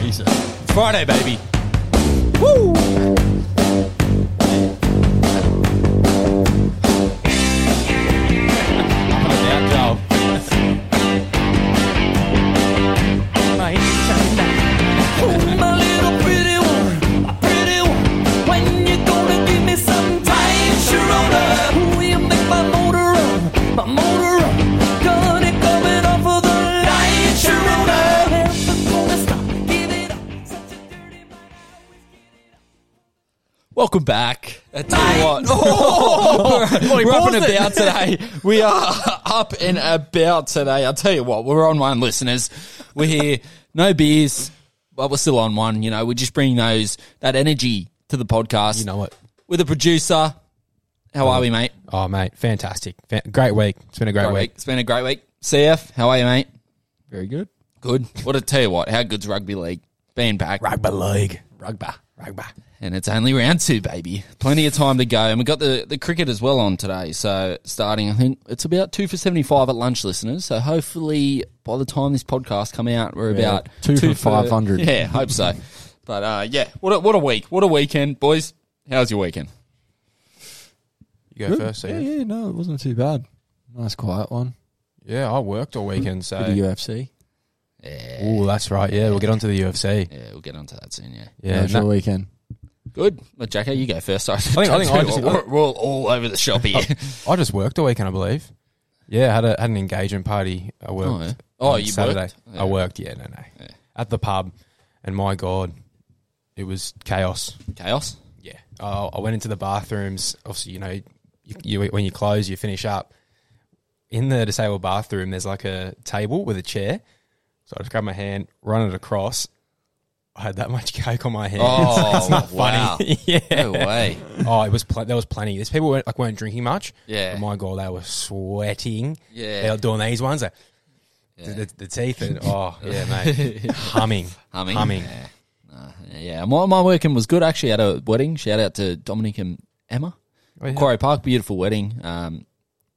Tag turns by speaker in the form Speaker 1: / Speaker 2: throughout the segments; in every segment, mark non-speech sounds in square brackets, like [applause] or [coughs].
Speaker 1: Jesus. Friday, baby. Woo!
Speaker 2: My little pretty one, pretty one, when you gonna give me some time, Sharona? Will you make my motor run, my motor run? Got it coming off of the line, Sharona. Never gonna stop, give it up. Such a dirty mind, always get it up.
Speaker 1: Welcome back. I tell you
Speaker 2: Bye.
Speaker 3: [laughs]
Speaker 1: what, oh, [laughs] we're up and
Speaker 3: paused it.
Speaker 1: about today. We are up and about today. I tell you what, we're on one, listeners. We're here, no beers, but we're still on one. You know, we just bring those that energy to the podcast.
Speaker 3: You know it.
Speaker 1: with a producer. How are we, mate?
Speaker 3: Oh, mate, fantastic. Fa- great week. It's been a great,
Speaker 1: Great
Speaker 3: week.
Speaker 1: week. It's been a great week. CF, how are you, mate?
Speaker 3: Very good.
Speaker 1: Good. What to tell you what? How good's rugby league? Being back,
Speaker 3: Rugby league.
Speaker 1: rugby,
Speaker 3: Rugby.
Speaker 1: and it's only round two, baby. Plenty of time to go, and we got the the cricket as well on today. So starting, I think it's about two for seventy five at lunch, listeners. So hopefully by the time this podcast come out, we're
Speaker 3: Yeah,
Speaker 1: about
Speaker 3: two for 500.
Speaker 1: Yeah, hope so. But uh, yeah, what a, what a week, what a weekend, boys. How's your weekend?
Speaker 4: You go first,
Speaker 3: Yeah,
Speaker 4: Ian. yeah.
Speaker 3: yeah, no, it wasn't too bad. Nice quiet one.
Speaker 4: I worked all weekend, so
Speaker 3: Bit of UFC.
Speaker 1: Yeah,
Speaker 3: Oh, that's right. Yeah, we'll get onto the UFC.
Speaker 1: yeah, we'll get onto that soon. Yeah.
Speaker 3: Yeah,
Speaker 5: How's your weekend?
Speaker 1: Good. Well, Jacko, you go first. [laughs] I think,
Speaker 4: I think I just-
Speaker 1: we're, we're all, all over the shop here.
Speaker 4: I just worked all weekend, I believe. Yeah, had a had an engagement party. I worked.
Speaker 1: Oh, yeah. Oh,
Speaker 4: on
Speaker 1: you worked? Yeah.
Speaker 4: I worked. Yeah, no, no, at the pub, and my god, it was chaos. [laughs]
Speaker 1: Chaos.
Speaker 4: Yeah, uh, I went into the bathrooms. Obviously, you know, you, you when you close, you finish up. In the disabled bathroom, there's like a table with a chair. So I just grabbed my hand, run it across. I had that [laughs] much coke on my hand. [laughs]
Speaker 1: Oh, wow. [laughs]
Speaker 4: yeah.
Speaker 1: No way.
Speaker 4: Oh, it was pl- there was plenty. These people weren't like weren't drinking much.
Speaker 1: Yeah.
Speaker 4: But my god, they were sweating.
Speaker 1: Yeah.
Speaker 4: They were doing these ones. That, the, the, the teeth and oh yeah,
Speaker 1: [laughs]
Speaker 4: mate, humming,
Speaker 1: Humming.
Speaker 4: humming.
Speaker 1: Yeah. Nah, yeah. My, my weekend was good. Actually, at a wedding. Shout out to Dominic and Emma.
Speaker 4: Oh, yeah.
Speaker 1: Quarry Park, beautiful wedding. Um,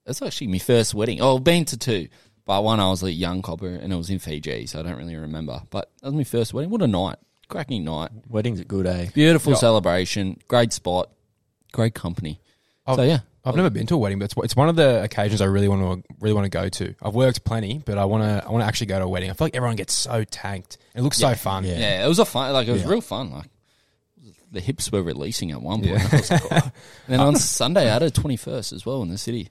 Speaker 1: it's actually my first wedding. Oh, I've been to two, but one I was a young copper and it was in Fiji, so I don't really remember. But that was my first wedding. What a night! Cracking night.
Speaker 5: Weddings at good, eh?
Speaker 1: Beautiful celebration. Great spot. Great company.
Speaker 4: Oh,
Speaker 1: so yeah,
Speaker 4: I've never been to a wedding, but it's, it's one of the occasions I really want to really want to go to. I've worked plenty, but I want to I want to actually go to a wedding. I feel like everyone gets so tanked. It looks so fun.
Speaker 5: Yeah.
Speaker 1: Yeah, it was a fun, like it was real fun. Like the hips were releasing at one point. That was cool. and then on Sunday, I had a twenty first as well in the city.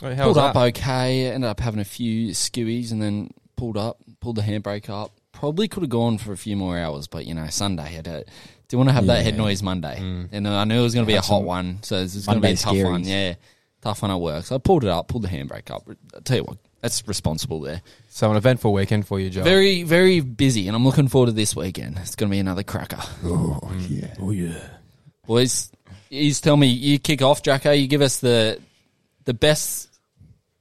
Speaker 4: Hey, how was
Speaker 1: Pulled up
Speaker 4: that?
Speaker 1: okay. Ended up having a few skewies and then pulled up, pulled the handbrake up. Probably could have gone for a few more hours, but you know Sunday I had a. Didn't want to have that head noise Monday, and I knew it was going to be a hot one, so this is going to be a
Speaker 5: Monday
Speaker 1: tough one.
Speaker 5: scaries.
Speaker 1: Yeah, tough one at work. So I pulled it up, pulled the handbrake up. I tell you what, that's responsible there.
Speaker 4: So an eventful weekend for you, Joe.
Speaker 1: Very, very busy, and I'm looking forward to this weekend. It's going to be another cracker.
Speaker 4: Mm.
Speaker 3: Oh, yeah.
Speaker 1: Boys, you tell me you kick off, Jacko. You give us the the best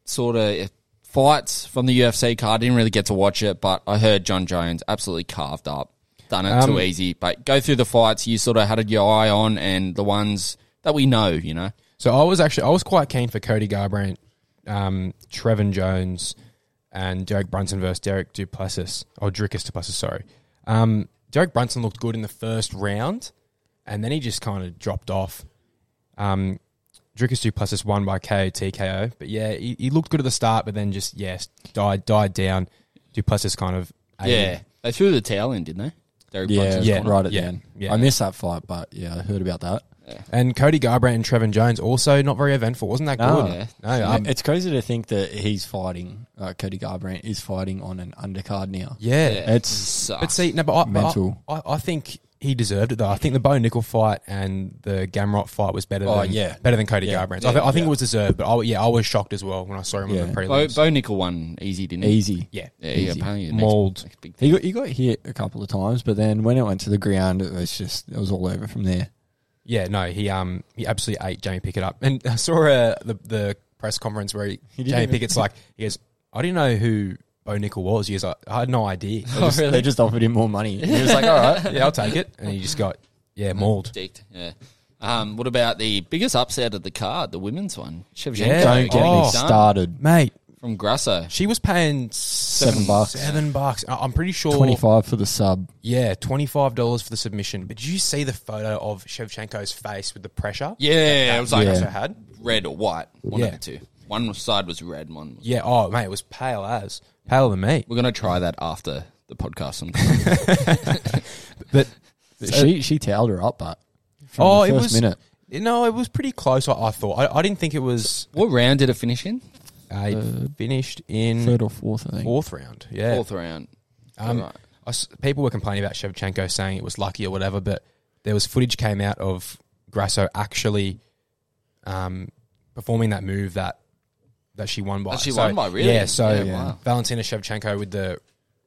Speaker 1: sort of fights from the UFC card. Didn't really get to watch it, but I heard John Jones absolutely carved up, done it too
Speaker 4: Um,
Speaker 1: easy. But go through the fights you sort of had your eye on, and the ones that we know, you know.
Speaker 4: So I was actually I was quite keen for Cody Garbrandt, um, Trevor Jones, and Derek Brunson versus Derek Duplessis or Drickus Duplessis. Sorry, um, Derek Brunson looked good in the first round, and then he just kind of dropped off. Um, Drickus Duplessis won by KO TKO, but yeah, he, he looked good at the start, but then just yes, died died down. Duplessis kind of ate
Speaker 1: Yeah,
Speaker 4: him.
Speaker 1: they threw the towel in, didn't they? Derek
Speaker 5: Yeah,
Speaker 1: Brunson's
Speaker 4: Yeah.
Speaker 1: corner.
Speaker 5: right at
Speaker 4: Yeah.
Speaker 5: the end.
Speaker 4: Yeah.
Speaker 5: I missed that fight, but yeah, I heard about that.
Speaker 4: and Cody Garbrandt and Trevor Jones also not very eventful. Wasn't that
Speaker 5: No.
Speaker 4: good?
Speaker 1: Yeah.
Speaker 4: No,
Speaker 3: [laughs]
Speaker 4: um,
Speaker 5: it's crazy to think that he's fighting, uh, Cody Garbrandt is fighting on an undercard now.
Speaker 4: yeah.
Speaker 5: It's-
Speaker 1: sucks.
Speaker 4: But see, no, but I, but I-
Speaker 5: Mental.
Speaker 4: I, I think he deserved it though. I think the Bo Nickel fight and the Gamrot fight was better.
Speaker 5: Oh,
Speaker 4: than,
Speaker 5: yeah.
Speaker 4: better than Cody
Speaker 5: Yeah.
Speaker 4: Garbrandt. So I, th- I think it was deserved, but I, w- yeah, I was shocked as well when I saw him
Speaker 5: Yeah.
Speaker 4: on the prelims.
Speaker 1: Bo, Bo Nickel won easy, didn't he?
Speaker 5: Easy.
Speaker 4: yeah,
Speaker 1: Yeah, yeah,
Speaker 5: Easy.
Speaker 1: apparently the next-
Speaker 4: mauled.
Speaker 1: next big
Speaker 5: He got, he got hit a couple of times, but then when it went to the ground, it was just, it was all over from there.
Speaker 4: Yeah, no, he um he absolutely ate Jamie Pickett up, and [laughs] I saw uh, the the press conference where he,
Speaker 5: [laughs]
Speaker 4: Jamie Pickett's like, he goes, I didn't know who Bo Nickel was. He goes, I, I had no
Speaker 5: [laughs]
Speaker 4: idea. I just-
Speaker 5: They just offered him more money. He was like, [laughs] all right.
Speaker 4: Oh, yeah, I'll take it, and he just got yeah mauled.
Speaker 1: Dicked, yeah. Um, what about the biggest upset of the card, the women's one? Shevchenko.
Speaker 4: Yeah, don't get
Speaker 5: Get
Speaker 4: Oh.
Speaker 5: me started.
Speaker 4: Mate,
Speaker 1: from Grasso.
Speaker 4: She was paying
Speaker 1: Seven
Speaker 3: bucks.
Speaker 4: Seven bucks. I- I'm pretty sure.
Speaker 3: 25 for the sub.
Speaker 4: Yeah, twenty five dollars for the submission. But did you see the photo of Shevchenko's face with the pressure?
Speaker 1: Yeah, it was like
Speaker 4: Grasso had.
Speaker 1: red or white. One of
Speaker 4: Yeah.
Speaker 1: the two. One side was red. One. Was...
Speaker 4: Yeah. Oh mate, it was pale as pale than me.
Speaker 1: We're gonna try that after the podcast sometime.
Speaker 4: But
Speaker 3: she she towed her up, but from
Speaker 4: oh,
Speaker 3: the
Speaker 4: it
Speaker 3: first
Speaker 4: was.
Speaker 3: minute.
Speaker 4: No, it was pretty close. I, I thought. I, I didn't think it was.
Speaker 1: [laughs] what round did it finish in?
Speaker 4: I
Speaker 3: Uh,
Speaker 4: finished in
Speaker 3: Third or fourth, I think.
Speaker 4: fourth round. Yeah.
Speaker 1: Fourth round.
Speaker 4: Um,
Speaker 1: Alright.
Speaker 4: I s- people were complaining about Shevchenko saying it was lucky or whatever, but there was footage came out of Grasso actually um, performing that move that that she won by.
Speaker 1: That she won by, really?
Speaker 4: Yeah. So
Speaker 1: Yeah, wow.
Speaker 4: Valentina Shevchenko with the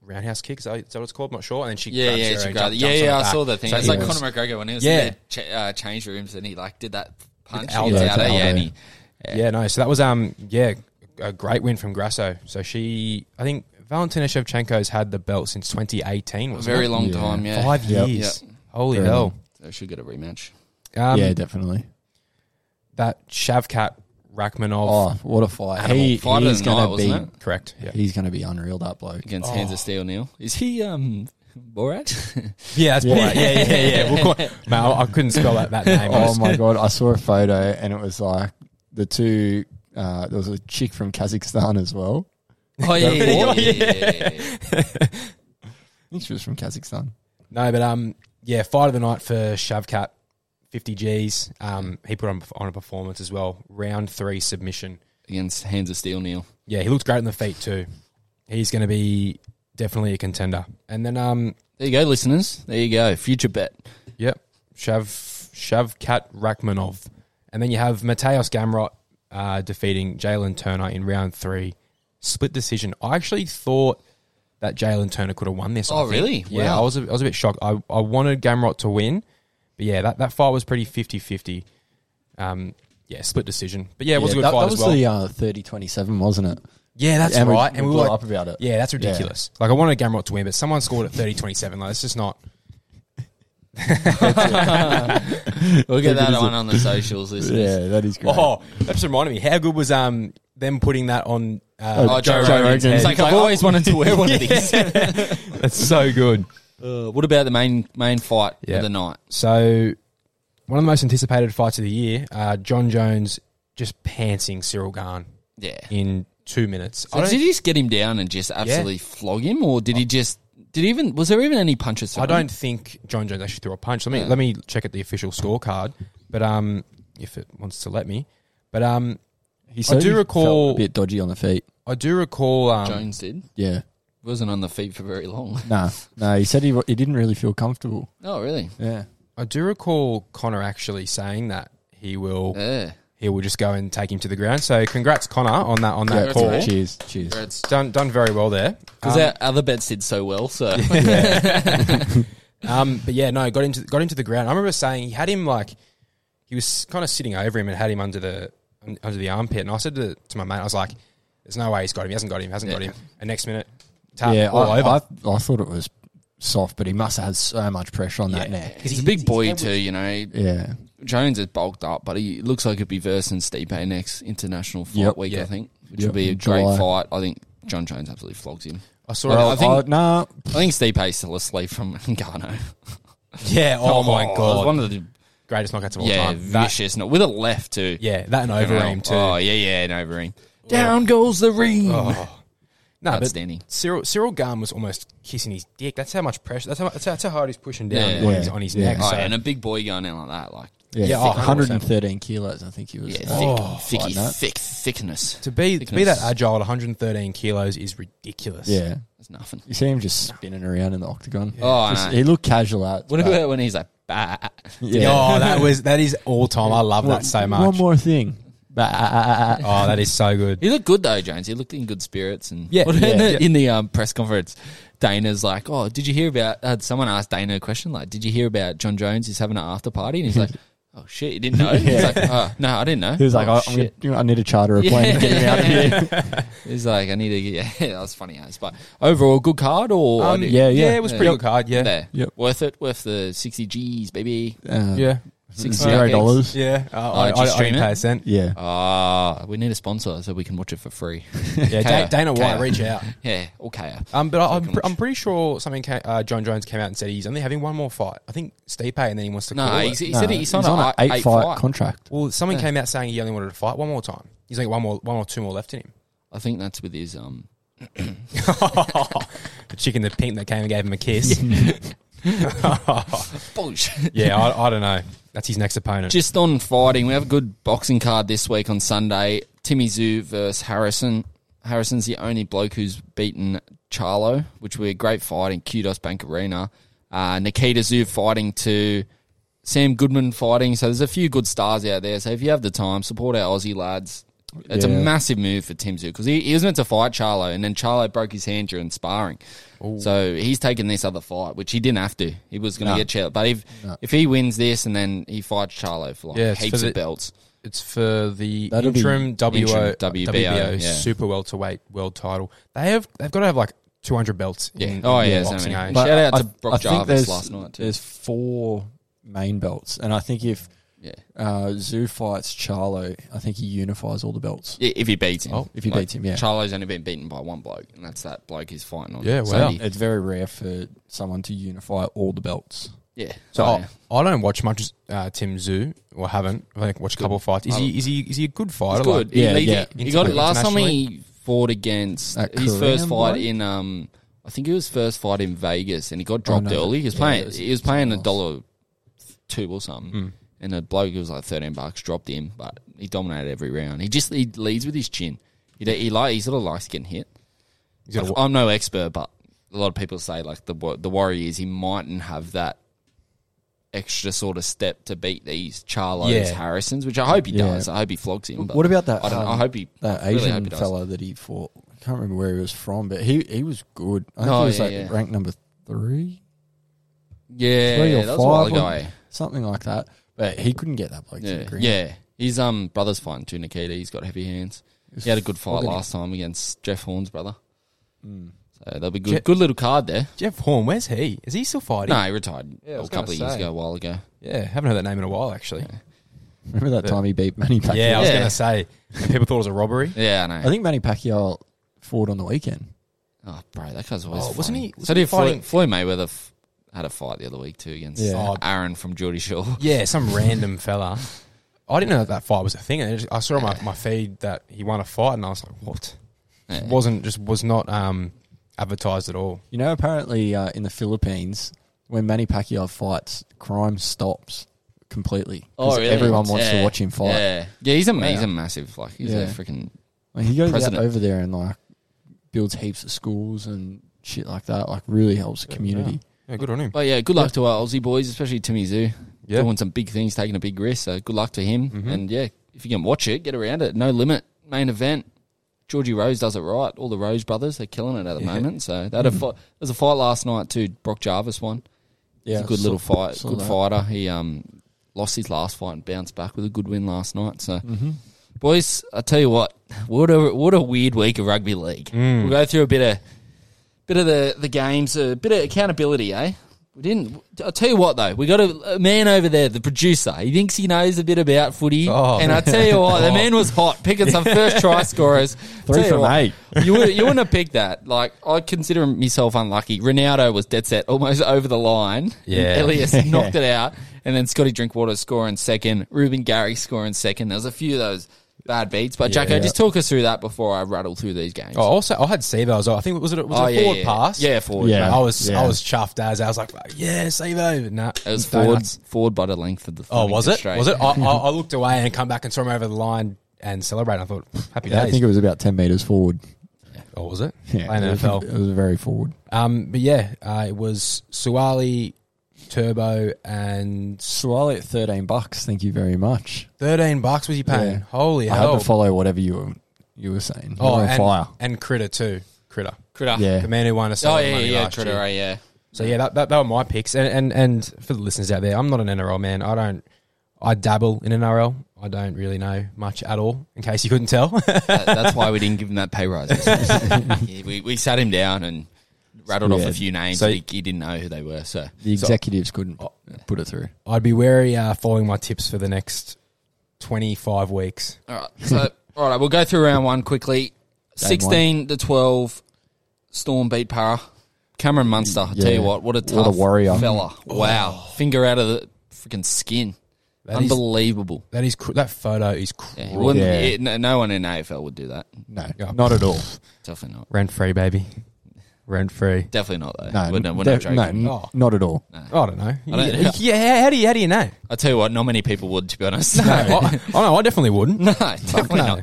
Speaker 4: roundhouse kick. Is that, is that what it's called? I'm not sure. And then she
Speaker 1: Yeah,
Speaker 4: grabs
Speaker 1: yeah,
Speaker 4: her
Speaker 1: she
Speaker 4: and
Speaker 1: grabbed-
Speaker 4: jump-
Speaker 1: yeah,
Speaker 4: jumps on
Speaker 1: yeah.
Speaker 4: her
Speaker 1: I
Speaker 4: back.
Speaker 1: saw that thing.
Speaker 4: So
Speaker 1: it's
Speaker 4: it
Speaker 1: like
Speaker 4: was-
Speaker 1: Conor McGregor when he was
Speaker 4: Yeah.
Speaker 1: in the cha- uh, change rooms and he like did that punch.
Speaker 4: With Aldo
Speaker 1: He did
Speaker 4: to
Speaker 1: Aldo, yeah,
Speaker 3: Aldo.
Speaker 1: and he-
Speaker 4: Yeah, no. So that was um, yeah, a great win from Grasso. So she, I think Valentina Shevchenko's had the belt since 2018.
Speaker 1: a
Speaker 4: Was
Speaker 1: very long time. Yeah,
Speaker 4: Five
Speaker 3: Yep.
Speaker 4: years.
Speaker 1: Yep.
Speaker 4: Holy
Speaker 3: Very
Speaker 4: hell.
Speaker 3: long.
Speaker 1: So she get a rematch.
Speaker 4: Um,
Speaker 3: yeah, definitely.
Speaker 4: that Shavkat Rachmanov.
Speaker 3: Oh, what a fight.
Speaker 1: Animal
Speaker 3: He,
Speaker 1: fight of
Speaker 3: he's
Speaker 1: the
Speaker 3: going
Speaker 1: night,
Speaker 3: to be
Speaker 1: wasn't
Speaker 4: Correct. Yeah.
Speaker 3: he's going to be unreal that bloke. Oh,
Speaker 1: against Hands
Speaker 4: Oh.
Speaker 1: of Steel Neil. Is he um Borat? [laughs]
Speaker 4: Yeah, that's yeah. yeah, yeah, yeah, yeah. We'll call,
Speaker 3: [laughs]
Speaker 4: mate, I, I couldn't spell that, that name.
Speaker 3: Oh
Speaker 4: [laughs]
Speaker 3: my god, I saw a photo and it was like the two uh, there was a chick from Kazakhstan as well.
Speaker 1: [laughs] oh yeah, yeah, yeah, yeah,
Speaker 3: I think she was from Kazakhstan.
Speaker 4: No, but um, yeah, fight of the night for Shavkat, 50 Gs. Um, he put on on a performance as well. Round three submission.
Speaker 1: [laughs] Against Hands of Steel Neil.
Speaker 4: Yeah, he looked great on the feet too. He's going to be definitely a contender. And then um,
Speaker 1: There you go, listeners. There you go. Future [laughs] bet.
Speaker 4: yep, Shav Shavkat Rachmanov, and then you have Mateos Gamrot uh, defeating Jalen Turner in round three, split decision. I actually thought that Jalen Turner could have won this. I
Speaker 1: Oh,
Speaker 4: think.
Speaker 1: really?
Speaker 4: Yeah,
Speaker 1: Wow.
Speaker 4: I was a, I was a bit shocked. I, I wanted Gamrot to win, but yeah, that, that fight was pretty 50-50. Um, yeah, split decision. But yeah, it was a good
Speaker 3: that,
Speaker 4: fight
Speaker 3: that
Speaker 4: as
Speaker 3: was
Speaker 4: well.
Speaker 3: the uh, 30-27, wasn't it?
Speaker 4: yeah, that's
Speaker 3: and we-
Speaker 4: right. and we
Speaker 3: we
Speaker 4: were
Speaker 3: blew
Speaker 4: like,
Speaker 3: up about it.
Speaker 4: Yeah, that's
Speaker 3: Yeah.
Speaker 4: ridiculous. Like I wanted Gamrot to win, but someone scored at 30-27. Like that's just not.
Speaker 1: We'll get that
Speaker 3: is
Speaker 1: one on the socials, listeners.
Speaker 3: Yeah, that is great.
Speaker 4: Oh, that's reminded me. How good was um them putting that on? Uh,
Speaker 1: Oh, Joe,
Speaker 3: Joe
Speaker 1: Rogan.
Speaker 3: Rogan.
Speaker 1: It's like, "Oh." I've always wanted to wear one [laughs] of these.
Speaker 4: [laughs] that's so good.
Speaker 1: Uh, what about the main main fight
Speaker 4: Yeah.
Speaker 1: of the night?
Speaker 4: So one of the most anticipated fights of the year. Uh, John Jones just pantsing Cyril Garn
Speaker 1: Yeah.
Speaker 4: in two minutes. I
Speaker 1: So
Speaker 4: don't,
Speaker 1: did he just get him down and just absolutely flog him, or did he just? Did he even was there even any punches?
Speaker 4: I
Speaker 1: thrown?
Speaker 4: don't think John Jones actually threw a punch. Let me let me check at the official scorecard. But um, if it wants to let me, but um,
Speaker 3: He
Speaker 4: I
Speaker 3: said he
Speaker 4: do
Speaker 3: felt
Speaker 4: recall.
Speaker 3: a bit dodgy on the feet.
Speaker 4: I do recall. Um,
Speaker 1: Jones did.
Speaker 3: Yeah,
Speaker 1: Wasn't on the feet for very long. [laughs]
Speaker 3: nah, no. He said he he didn't really feel comfortable.
Speaker 1: Oh really?
Speaker 3: Yeah,
Speaker 4: I do recall Connor actually saying that he will
Speaker 1: Yeah.
Speaker 4: he will just go and take him to the ground. So congrats, Connor, on that on that
Speaker 1: Yeah,
Speaker 4: call.
Speaker 1: congrats,
Speaker 3: Cheers, cheers.
Speaker 4: Done done very well there.
Speaker 1: Because
Speaker 4: Um,
Speaker 1: our other bets did so well, so
Speaker 4: um, but yeah, no, got into got into the ground. I remember saying he had him like he was kind of sitting over him and had him under the un- under the armpit. And I said to, to my mate, I was like, "There's no way he's got him. He hasn't got him. Hasn't got
Speaker 1: Yeah.
Speaker 4: him." And next minute, tap
Speaker 3: yeah,
Speaker 4: all
Speaker 3: I,
Speaker 4: over.
Speaker 3: I, I thought it was soft, but he must have had so much pressure on that
Speaker 1: [laughs]
Speaker 3: neck.
Speaker 1: he's a big boy too. You know,
Speaker 3: Yeah,
Speaker 1: Jones is bulked up, but he looks like he'd be versing Stipe next international fight
Speaker 3: Yep.
Speaker 1: week,
Speaker 4: Yeah.
Speaker 1: I think, which
Speaker 3: Yep.
Speaker 1: would be a
Speaker 3: In
Speaker 1: great
Speaker 3: July.
Speaker 1: fight. I think John Jones absolutely flogs him.
Speaker 4: I saw
Speaker 3: well,
Speaker 4: it. I think,
Speaker 3: I- Oh, nah,
Speaker 1: I think Stipe's still asleep from [laughs] Ngannou.
Speaker 4: [laughs] yeah. Oh, my
Speaker 1: it was
Speaker 4: god,
Speaker 1: one of the
Speaker 4: greatest knockouts of all
Speaker 1: yeah
Speaker 4: time. That-
Speaker 1: vicious, not with a left too.
Speaker 4: yeah, that and Overeem too.
Speaker 1: Oh yeah, yeah, an overeem. Down goes the ream.
Speaker 4: Oh, No, but
Speaker 1: Outstanding.
Speaker 4: Cyril Cyril Garn was almost kissing his dick. That's how much pressure. That's how that's how, that's how hard he's pushing down
Speaker 1: Yeah.
Speaker 4: on
Speaker 3: Yeah.
Speaker 4: his, on his
Speaker 3: Yeah.
Speaker 4: neck.
Speaker 1: Oh,
Speaker 4: so-
Speaker 1: yeah, and a big boy going in like that, like
Speaker 3: yeah,
Speaker 4: Yeah,
Speaker 3: yeah
Speaker 4: oh,
Speaker 3: 113 kilos, I think he was.
Speaker 1: yeah, thick,
Speaker 4: Oh,
Speaker 1: thicky,
Speaker 3: like that.
Speaker 1: thick, thickness.
Speaker 4: to be to be
Speaker 1: Thickness.
Speaker 4: that agile, at 113 kilos is ridiculous.
Speaker 3: yeah.
Speaker 1: That's nothing.
Speaker 3: You see him just spinning around in the octagon.
Speaker 1: Oh,
Speaker 3: Just-
Speaker 1: no.
Speaker 3: he looked casual out.
Speaker 1: What
Speaker 3: but-
Speaker 1: about when he's like, bah.
Speaker 3: yeah.
Speaker 4: Oh,
Speaker 3: [laughs]
Speaker 4: that was that is all time. I love that so much.
Speaker 3: One more thing. uh, Bah.
Speaker 4: Oh, that is so good.
Speaker 1: He looked good though, Jones. He looked in good spirits and
Speaker 4: Yeah,
Speaker 1: What- [laughs] in,
Speaker 4: yeah,
Speaker 1: the,
Speaker 4: yeah.
Speaker 1: in the, um, press conference, Dana's like, "Oh, did you hear about?" Uh, someone asked Dana a question like, "Did you hear about John Jones is having an after party?" And he's
Speaker 3: [laughs]
Speaker 1: like, "Oh shit, you didn't know?" He's like, oh, "No, I didn't know."
Speaker 3: He was like,
Speaker 1: "Oh,
Speaker 3: I, I'm gonna,
Speaker 1: shit."
Speaker 3: you know, I need a charter a plane to get him
Speaker 1: [laughs]
Speaker 3: out of here.
Speaker 1: He's like, "I need to." get [laughs] Yeah, that was funny as. But overall, good card or
Speaker 4: Um,
Speaker 1: I did-
Speaker 3: yeah, yeah.
Speaker 4: it was pretty good card. Yeah,
Speaker 1: there,
Speaker 3: Yep.
Speaker 1: worth it, worth the sixty G's, baby.
Speaker 3: Uh,
Speaker 4: yeah.
Speaker 1: Six
Speaker 3: Zero dollars.
Speaker 4: Yeah, uh,
Speaker 1: Oh,
Speaker 4: I, I,
Speaker 1: did you
Speaker 4: I
Speaker 1: stream
Speaker 4: didn't
Speaker 1: it?
Speaker 4: pay a cent.
Speaker 3: Yeah.
Speaker 1: Ah, we need a sponsor so we can watch it for free. [laughs]
Speaker 4: Yeah,
Speaker 1: Kaya.
Speaker 4: Da- Dana White,
Speaker 1: Kaya.
Speaker 4: reach out.
Speaker 1: yeah, okay.
Speaker 4: Um, but I, I'm, pre- I'm pretty sure something ca- uh, John Jones came out and said he's only having one more fight. I think Stipe, and then he wants to
Speaker 1: No,
Speaker 4: call
Speaker 1: he,
Speaker 4: it.
Speaker 1: he
Speaker 3: No,
Speaker 1: said he signed
Speaker 3: he's
Speaker 1: an
Speaker 3: on
Speaker 1: eight,
Speaker 3: an eight,
Speaker 1: fight.
Speaker 3: fight, contract.
Speaker 4: Well, something came out saying he only wanted to fight one more time. He's only got one more, one or two more left in
Speaker 3: [laughs]
Speaker 4: him.
Speaker 1: I think that's with his um.
Speaker 4: the chick in the pink that came and gave him a
Speaker 3: [laughs]
Speaker 4: kiss.
Speaker 1: bullshit. [laughs]
Speaker 4: yeah, I, I don't know. That's his next opponent.
Speaker 1: Just on fighting, we have a good boxing card this week on Sunday. Timmy Zoo versus Harrison. Harrison's the only bloke who's beaten Charlo, which was a great fight in Kudos Bank Arena. Uh, Nikita Zoo fighting to Sam Goodman fighting. So there's a few good stars out there. So if you have the time, support our Aussie lads. It's a
Speaker 3: Yeah.
Speaker 1: massive move for Tim Zoo because he, he was meant to fight Charlo, and then Charlo broke his hand during sparring. So he's taking this other fight, which he didn't have to. He was going to get Charlo, but if if he wins this and then he fights Charlo for like
Speaker 4: Yeah, it's for
Speaker 1: heaps
Speaker 4: the-
Speaker 1: of belts,
Speaker 4: it's for the
Speaker 3: That'll be-
Speaker 4: interim WO,
Speaker 1: Interim WBO,
Speaker 4: WBO,
Speaker 1: yeah.
Speaker 4: super welterweight world title. They have they've got to have like 200 belts.
Speaker 1: yeah.
Speaker 4: In,
Speaker 1: oh
Speaker 4: in
Speaker 1: yeah, so
Speaker 4: boxing,
Speaker 1: many.
Speaker 4: eh?
Speaker 1: Shout out
Speaker 3: I-
Speaker 1: to
Speaker 3: I-
Speaker 1: Brock
Speaker 3: I think
Speaker 1: Jarvis
Speaker 3: there's-
Speaker 1: last night too.
Speaker 3: There's four main belts, and I think if
Speaker 1: Yeah,
Speaker 3: uh, Zoo fights Charlo, I think he unifies all the belts.
Speaker 1: I- if he beats him,
Speaker 3: Oh, if he beats him, yeah.
Speaker 1: Charlo's only been beaten by one bloke, and that's that bloke he's fighting on.
Speaker 4: Yeah,
Speaker 1: So
Speaker 4: wow.
Speaker 1: he-
Speaker 3: It's very rare for someone to unify all the belts.
Speaker 1: yeah.
Speaker 4: So
Speaker 1: Oh, yeah.
Speaker 4: I, I don't watch much uh, Tim Zoo or haven't. I think watched a couple of fights. Is he is he is he a good fighter?
Speaker 1: He's good.
Speaker 4: Like,
Speaker 1: he,
Speaker 3: Yeah,
Speaker 1: leads
Speaker 3: yeah.
Speaker 1: it. he got it last time
Speaker 4: Internationally.
Speaker 1: he fought against
Speaker 3: That
Speaker 1: his first
Speaker 3: Korean
Speaker 1: fight
Speaker 3: bloke?
Speaker 1: in um I think it was first fight in Vegas and he got dropped
Speaker 3: Oh, no.
Speaker 1: early. He was
Speaker 3: Yeah,
Speaker 1: playing
Speaker 3: it was
Speaker 1: he was playing a
Speaker 3: something
Speaker 1: dollar two or something.
Speaker 3: Hmm.
Speaker 1: And a bloke who was like thirteen bucks dropped him, but he dominated every round. He just he leads with his chin. He he like he sort of likes getting hit.
Speaker 4: He's got a-
Speaker 1: Like, I'm no expert, but a lot of people say like the wor- the worry is he mightn't have that extra sort of step to beat these Charlo's
Speaker 4: Yeah.
Speaker 1: Harrisons, which I hope he
Speaker 3: Yeah.
Speaker 1: does. I hope he flogs him. But
Speaker 3: What about that?
Speaker 1: I don't. know. I
Speaker 3: um,
Speaker 1: hope he
Speaker 3: that
Speaker 1: really
Speaker 3: Asian
Speaker 1: hope he does.
Speaker 3: fella that he fought. I can't remember where he was from, but he he was good. I think
Speaker 1: Oh,
Speaker 3: he was
Speaker 1: yeah,
Speaker 3: like
Speaker 1: yeah.
Speaker 3: ranked number three,
Speaker 1: Yeah,
Speaker 3: three or
Speaker 1: that was a while
Speaker 3: five,
Speaker 1: ago.
Speaker 3: or
Speaker 1: eh?
Speaker 3: something like that. But he couldn't get that bloke. to
Speaker 1: Yeah,
Speaker 3: agree.
Speaker 1: yeah. His um brother's fighting too, Nikita. He's got heavy hands. He had a good fight
Speaker 3: flogging
Speaker 1: last time against Jeff Horn's brother.
Speaker 3: Hmm.
Speaker 1: So that'll be
Speaker 4: Je-
Speaker 1: good. Good little card there.
Speaker 4: Jeff Horn, where's he? Is he still fighting?
Speaker 1: No, he retired
Speaker 4: I
Speaker 1: a
Speaker 4: was
Speaker 1: couple
Speaker 4: gonna
Speaker 1: of years
Speaker 4: say.
Speaker 1: ago, a while ago.
Speaker 4: Yeah, haven't heard that name in a while actually.
Speaker 3: [laughs] Remember that time he beat Manny Pacquiao?
Speaker 4: Yeah, I was
Speaker 1: Yeah.
Speaker 4: gonna say people thought it was a robbery.
Speaker 1: Yeah, I know.
Speaker 3: I think Manny Pacquiao fought on the weekend.
Speaker 1: oh, bro, that guy's always.
Speaker 4: Oh,
Speaker 1: funny.
Speaker 4: wasn't he-
Speaker 1: so
Speaker 4: wasn't he
Speaker 1: did Floyd,
Speaker 4: fighting-
Speaker 1: Floyd Mayweather f- had a fight the other week too against
Speaker 3: Yeah.
Speaker 1: uh,
Speaker 4: Oh.
Speaker 1: Aaron from Geordie Shore.
Speaker 4: Yeah, some random fella. [laughs] I didn't know that, that fight was a thing. And it just- I saw on my, my feed that he won a fight, and I was like, what?
Speaker 1: Yeah.
Speaker 4: Wasn't just was not um, advertised at all.
Speaker 3: You know, apparently uh, in the Philippines, when Manny Pacquiao fights, crime stops completely. 'Cause Everyone wants
Speaker 1: Oh, Yeah.
Speaker 3: to watch him fight.
Speaker 1: Yeah, yeah. He's a he's
Speaker 3: Wow.
Speaker 1: a massive like he's a
Speaker 3: Yeah.
Speaker 1: freaking
Speaker 3: Like, he goes out
Speaker 1: President.
Speaker 3: over there and like builds heaps of schools and shit like that. Like really helps the community.
Speaker 4: Yeah, good on him.
Speaker 1: But yeah, good luck to our Aussie boys, especially Timmy Zoo.
Speaker 4: Yeah.
Speaker 1: Doing some big things, taking a big risk. So good luck to him. And yeah, if you can watch it, get around it. No limit. Main event. Georgie Rose does it right. All the Rose brothers, they're killing it at the moment. So they had a fight. There's a fight last night too. Brock Jarvis won.
Speaker 3: Yeah,
Speaker 1: He's a good
Speaker 3: saw-
Speaker 1: little fight.
Speaker 3: saw
Speaker 1: Good
Speaker 3: that.
Speaker 1: fighter. He um lost his last fight and bounced back with a good win last night. So
Speaker 3: Mm-hmm.
Speaker 1: boys, I tell you what, what a what a weird week of rugby league.
Speaker 3: Mm.
Speaker 1: We'll go through a bit of bit of the, the games, a bit of accountability, eh? We didn't. I'll tell you what, though, we got a, a man over there, the producer. He thinks he knows a bit about footy,
Speaker 4: Oh.
Speaker 1: and I tell you
Speaker 3: [laughs]
Speaker 1: what, the man was hot, picking some first try scorers.
Speaker 3: Three
Speaker 1: Tell you
Speaker 3: from
Speaker 1: what,
Speaker 3: eight.
Speaker 1: You would you wouldn't have picked that. Like I consider myself unlucky. Ronaldo was dead set, almost [laughs] over the line.
Speaker 4: Yeah.
Speaker 1: Elias
Speaker 4: [laughs]
Speaker 1: knocked it out, and then Scotty Drinkwater scoring second. Ruben Gary scoring second. There's a few of those bad beats, but Jacko, just talk us through that before I rattle through these games.
Speaker 4: Oh, also, I had Sebo as well. I think, was it, was it
Speaker 1: Oh,
Speaker 4: a
Speaker 1: yeah,
Speaker 4: forward
Speaker 1: yeah.
Speaker 4: pass?
Speaker 1: Yeah, forward.
Speaker 3: Yeah.
Speaker 4: I was
Speaker 3: Yeah.
Speaker 4: I was chuffed as I was like, yeah, Sebo. Nah,
Speaker 1: It was forward,
Speaker 4: donuts.
Speaker 1: forward by the length of the.
Speaker 4: Oh, was it?
Speaker 1: Straight.
Speaker 4: Was it? I, I, I looked away and come back and saw him over the line and celebrate. I thought, happy
Speaker 3: Yeah, I
Speaker 4: days.
Speaker 3: think it was about ten meters forward. [laughs]
Speaker 4: oh, was it?
Speaker 3: Yeah,
Speaker 4: I
Speaker 3: it
Speaker 4: know.
Speaker 3: was, [laughs]
Speaker 4: NFL.
Speaker 3: it was very forward.
Speaker 4: Um, but yeah, uh, it was Suwali, Turbo, and
Speaker 3: Swale at thirteen bucks. Thank you very much.
Speaker 4: thirteen bucks was he paying?
Speaker 3: Yeah. Oh.
Speaker 4: Holy
Speaker 3: I
Speaker 4: hell!
Speaker 3: had to follow whatever you were you were saying.
Speaker 4: oh,
Speaker 3: You're on
Speaker 4: and,
Speaker 3: fire.
Speaker 4: and Critter too. Critter,
Speaker 1: Critter?
Speaker 3: Yeah.
Speaker 4: the man who won a
Speaker 1: Oh
Speaker 4: solid
Speaker 1: yeah,
Speaker 4: money
Speaker 1: yeah,
Speaker 4: last
Speaker 1: Critter,
Speaker 4: year.
Speaker 1: right, yeah.
Speaker 4: So yeah, that, that, that were my picks. And, and and for the listeners out there, I'm not an NRL man. I don't. I dabble in NRL. I don't really know much at all. In case you couldn't tell. [laughs]
Speaker 1: That, that's why we didn't give him that pay rise. Yeah, we, we sat him down and rattled off
Speaker 3: Yeah.
Speaker 1: a few names.
Speaker 4: So-
Speaker 1: that he, he didn't know who they were. So
Speaker 3: The executives couldn't
Speaker 1: Oh.
Speaker 3: put it through.
Speaker 4: I'd be wary uh, following my tips for the next 25 weeks.
Speaker 1: All right. So, all right, we'll go through round one quickly. 16 to 12, Storm beat Para. Cameron Munster, I tell
Speaker 3: Yeah.
Speaker 1: you what, what a
Speaker 3: What a
Speaker 1: tough
Speaker 3: warrior.
Speaker 1: fella. Wow. Finger out of the freaking skin.
Speaker 4: That is-
Speaker 1: Unbelievable.
Speaker 4: That is cr- that photo is cruel.
Speaker 1: yeah, he wouldn't,
Speaker 3: Yeah.
Speaker 1: it- no, no one in AFL would do that.
Speaker 3: No,
Speaker 4: Yeah.
Speaker 3: not at all.
Speaker 1: Definitely not.
Speaker 4: Rent free, baby. Rent free.
Speaker 1: Definitely not, though.
Speaker 3: No,
Speaker 1: we're, not- we're
Speaker 3: def-
Speaker 1: not joking.
Speaker 3: no,
Speaker 4: Oh.
Speaker 3: not at all.
Speaker 4: I don't know.
Speaker 1: I don't-
Speaker 4: yeah, yeah, how do you how do you know?
Speaker 1: I tell you what, not many people would, to be honest.
Speaker 4: No, [laughs] I, I know. I definitely wouldn't.
Speaker 1: [laughs] No, definitely
Speaker 4: No.
Speaker 1: not.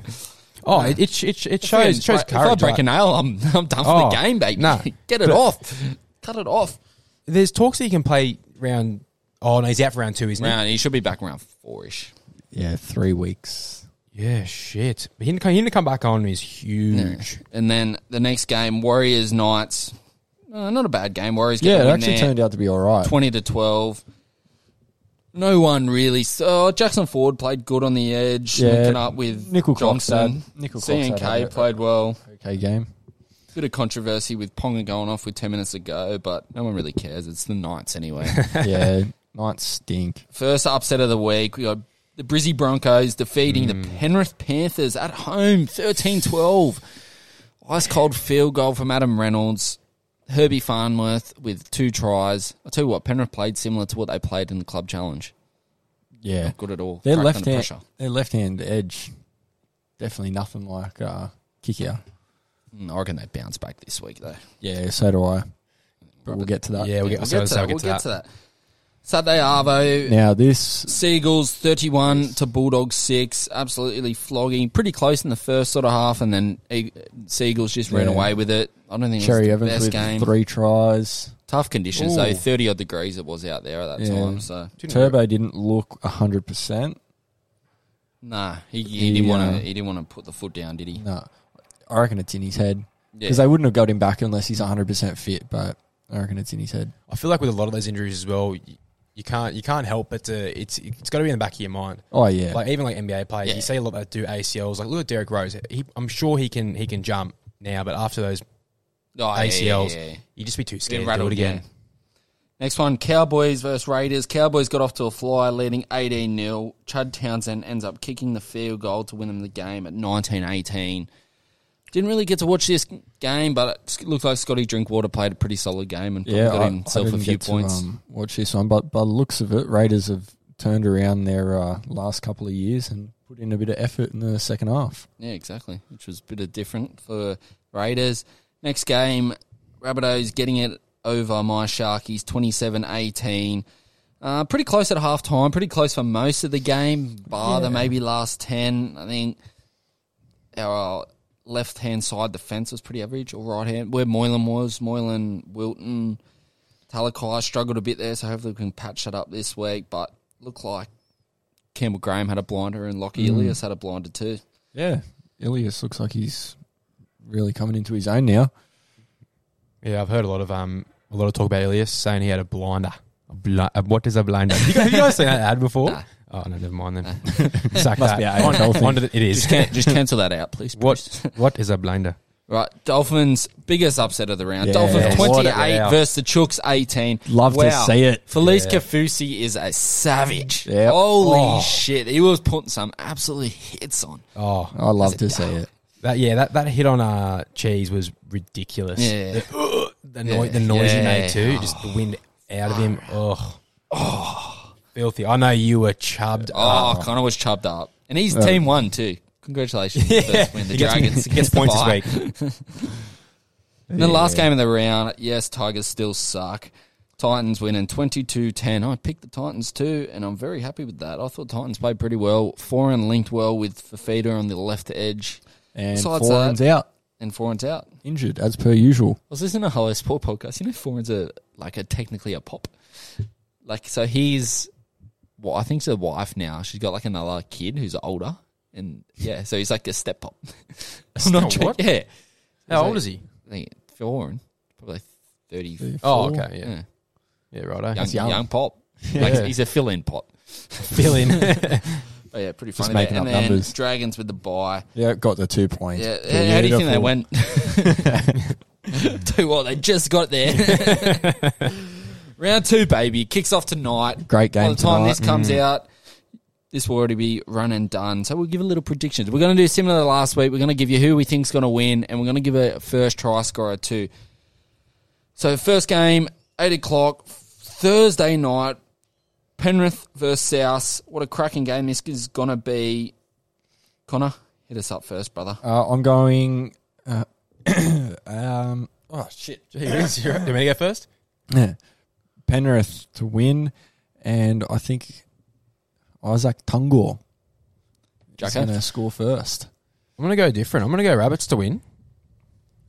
Speaker 4: Oh, it it it, it shows it shows
Speaker 1: if I
Speaker 4: courage.
Speaker 1: break a
Speaker 4: Like,
Speaker 1: nail, I'm, I'm done for
Speaker 4: Oh,
Speaker 1: the game, baby.
Speaker 4: no.
Speaker 1: [laughs] Get it
Speaker 4: But-
Speaker 1: off. Cut it off.
Speaker 4: there's talks that he can play round. Oh no, he's out for round two, isn't
Speaker 1: Round, he should be back around four-ish.
Speaker 3: Yeah, three weeks.
Speaker 4: he? Yeah, shit. But him to come, him to come back on is huge.
Speaker 1: And then the next game, Warriors Knights. Uh, not a bad game. Warriors.
Speaker 3: Yeah,
Speaker 1: Get
Speaker 3: it
Speaker 1: yeah,
Speaker 3: actually turned out to be all right.
Speaker 1: twenty to twelve. No one really. So Jackson Ford played good on the edge,
Speaker 3: Yeah.
Speaker 1: linking up with
Speaker 3: Nickel Clock's
Speaker 1: Johnson.
Speaker 3: had- Nickel Clock's had
Speaker 1: CNK
Speaker 3: a-
Speaker 1: played well.
Speaker 3: Okay, game.
Speaker 1: Bit of controversy with Ponga going off with ten minutes ago, but no one really cares. It's the Knights anyway.
Speaker 3: [laughs] Yeah, Knights stink.
Speaker 1: First upset of the week. We got the Brizzy Broncos defeating the Penrith Panthers at home 13 12. Ice cold field goal from Adam Reynolds. Herbie Farnworth with two tries. I'll tell you what, Penrith played similar to what they played in the club challenge.
Speaker 3: Yeah,
Speaker 1: Good at all.
Speaker 3: their
Speaker 1: Cracked
Speaker 3: left
Speaker 1: under
Speaker 3: hand,
Speaker 1: pressure.
Speaker 3: their left hand edge, definitely nothing like uh, kick out.
Speaker 1: Mm, I reckon they bounce back this week, though.
Speaker 3: Yeah, so do I. But we'll get to that.
Speaker 4: Yeah, we'll get,
Speaker 1: We'll
Speaker 4: so-
Speaker 1: get to
Speaker 4: so
Speaker 1: that.
Speaker 4: we'll
Speaker 1: We'll get to that. Saturday, Arvo.
Speaker 3: Now this,
Speaker 1: Seagulls 31 to Bulldogs 6. Absolutely flogging. Pretty close in the first sort of half, and then E- Seagulls just ran
Speaker 3: Yeah.
Speaker 1: away with it. I don't think
Speaker 3: Cherry
Speaker 1: it was the
Speaker 3: Evans
Speaker 1: best
Speaker 3: with
Speaker 1: game.
Speaker 3: three tries.
Speaker 1: Tough conditions,
Speaker 4: Ooh.
Speaker 1: though. 30 odd degrees it was out there at that
Speaker 3: Yeah.
Speaker 1: time. So,
Speaker 4: Didn't
Speaker 3: Turbo didn't look hundred percent.
Speaker 1: nah, he, he,
Speaker 3: He,
Speaker 1: didn't want
Speaker 3: uh,
Speaker 1: to. He didn't want to put the foot down, did he?
Speaker 3: No, I reckon it's in his head
Speaker 1: Yeah.
Speaker 3: because they wouldn't have got him back unless he's hundred percent fit. But I reckon it's in his head.
Speaker 4: I feel like with a lot of those injuries as well, you, you can't you can't help but to it's it's got to be in the back of your mind.
Speaker 3: Oh yeah,
Speaker 4: Like even like NBA players,
Speaker 1: Yeah.
Speaker 4: you see a lot that do ACLs. Like look at Derrick Rose. He, I'm sure he can he can jump now, but after those
Speaker 1: Oh, yeah,
Speaker 4: ACLs,
Speaker 1: yeah, yeah, yeah.
Speaker 4: you'd just be too
Speaker 1: Get
Speaker 4: scared to do
Speaker 1: rattled
Speaker 4: it again.
Speaker 1: again. Next one, Cowboys versus Raiders. Cowboys got off to a flyer, leading 18 0. Chud Townsend ends up kicking the field goal to win them the game at 19 18. Didn't really get to watch this game, but it looked like Scotty Drinkwater played a pretty solid game and probably
Speaker 3: yeah,
Speaker 1: got
Speaker 3: I- I
Speaker 1: himself a
Speaker 3: didn't
Speaker 1: few
Speaker 3: get to,
Speaker 1: points.
Speaker 3: um, watch this one, but by the looks of it, Raiders have turned around their uh, last couple of years and put in a bit of effort in the second half.
Speaker 1: Yeah, exactly. Which was a bit of different for Raiders. Next game, Rabbitohs getting it over my Sharkies 27 18. Uh, pretty close at half time, pretty close for most of the game, bar the maybe last 10. I think our left hand side defense was pretty average, or right hand, where Moylan was. Moylan, Wilton, Talakai struggled a bit there, so hopefully we can patch that up this week. But looked like Campbell Graham had a blinder and Lockie Ilias had a blinder too.
Speaker 3: Yeah, Ilias looks like he's really coming into his own now.
Speaker 4: Yeah, I've heard a lot of um a lot of talk about Elias saying he had a blinder. A bl- uh, what is a blinder? Have you guys, have you guys seen that ad before? Oh no, never mind then. [laughs] Sack that.
Speaker 3: be an
Speaker 4: On-
Speaker 3: AFL thing.
Speaker 4: onto the- it is.
Speaker 1: Just, can, just cancel that out, please.
Speaker 4: What what is a blinder?
Speaker 1: Right, Dolphins biggest upset of the round.
Speaker 3: Yeah.
Speaker 1: Dolphins
Speaker 3: Yeah.
Speaker 1: twenty
Speaker 4: What a
Speaker 1: eight
Speaker 4: round.
Speaker 1: versus the Chooks eighteen.
Speaker 3: Love to see it.
Speaker 1: Felice Kafusi is a savage.
Speaker 3: Yeah.
Speaker 1: Holy
Speaker 4: Oh.
Speaker 1: shit, he was putting some absolute hits on.
Speaker 4: Oh,
Speaker 3: I love to see it.
Speaker 4: That yeah, that, that hit on uh, cheese was ridiculous.
Speaker 1: Yeah.
Speaker 4: the, the, noi-
Speaker 1: Yeah.
Speaker 4: the noise
Speaker 1: Yeah.
Speaker 4: he made too, just the wind out of him. Oh, filthy! I know you were chubbed.
Speaker 1: Oh,
Speaker 4: up.
Speaker 1: Connor was chubbed up, and he's team one too. Congratulations,
Speaker 4: [laughs]
Speaker 1: yeah. first win. The
Speaker 4: Uh, He gets-
Speaker 1: Dragons
Speaker 4: he gets
Speaker 1: the
Speaker 4: points
Speaker 1: [laughs]
Speaker 4: this
Speaker 1: bye.
Speaker 4: week.
Speaker 1: And the last game of the round, yes, Tigers still suck. Titans winning 22-10. I picked the Titans too, and I'm very happy with that. I thought Titans played pretty well. Foreign linked well with Fafita on the left edge.
Speaker 3: And
Speaker 1: Besides
Speaker 3: Foran's
Speaker 1: that- Oh,
Speaker 3: out,
Speaker 1: And Foreign's out. I
Speaker 3: injured as per usual.
Speaker 1: was listening to a Hollow Sport podcast. You know Foreign's a like a technically a pop. Like so he's well, I think it's a wife now. She's got like another kid who's older. And yeah, so he's like a step pop. [laughs] I'm not
Speaker 4: step what?
Speaker 1: joking. Yeah.
Speaker 4: How old is he?
Speaker 1: I think Foreign. Probably thirty
Speaker 4: Oh, okay, yeah, yeah, eh?
Speaker 1: yeah.
Speaker 4: righto.
Speaker 1: young,
Speaker 3: young.
Speaker 1: young. pop. Like he's a fill in pop.
Speaker 4: Fill in.
Speaker 1: But Oh, yeah, pretty
Speaker 3: Just
Speaker 1: funny. there.
Speaker 3: making
Speaker 1: and
Speaker 3: up
Speaker 1: then
Speaker 3: numbers.
Speaker 1: Dragons with the buy.
Speaker 3: Yeah, got the two points.
Speaker 1: Yeah, how do you think they
Speaker 3: Beautiful.
Speaker 1: went? [laughs] Tell you what, they just got [laughs] there. Round two, baby, kicks off tonight.
Speaker 3: Great
Speaker 1: By
Speaker 3: game
Speaker 1: the time
Speaker 3: tonight. Mm.
Speaker 1: this comes out, this will already be run and done. So we'll give a little predictions. We're going to do similar to last week. We're going to give you who we think's going to win, and we're going to give a first try scorer too. So first game, eight o'clock Thursday night, Penrith versus South. What a cracking game this is going to be. Connor, hit us up first, brother.
Speaker 3: Uh, I'm going. Uh, [coughs] um, oh shit!
Speaker 4: Gee, Riggs, you're up. Do you want me to go first?
Speaker 3: Penrith to win, and I think Isaac Tungor is
Speaker 1: Jacko?
Speaker 3: going to score first.
Speaker 4: I'm going to go different. I'm going to go Rabbits to win.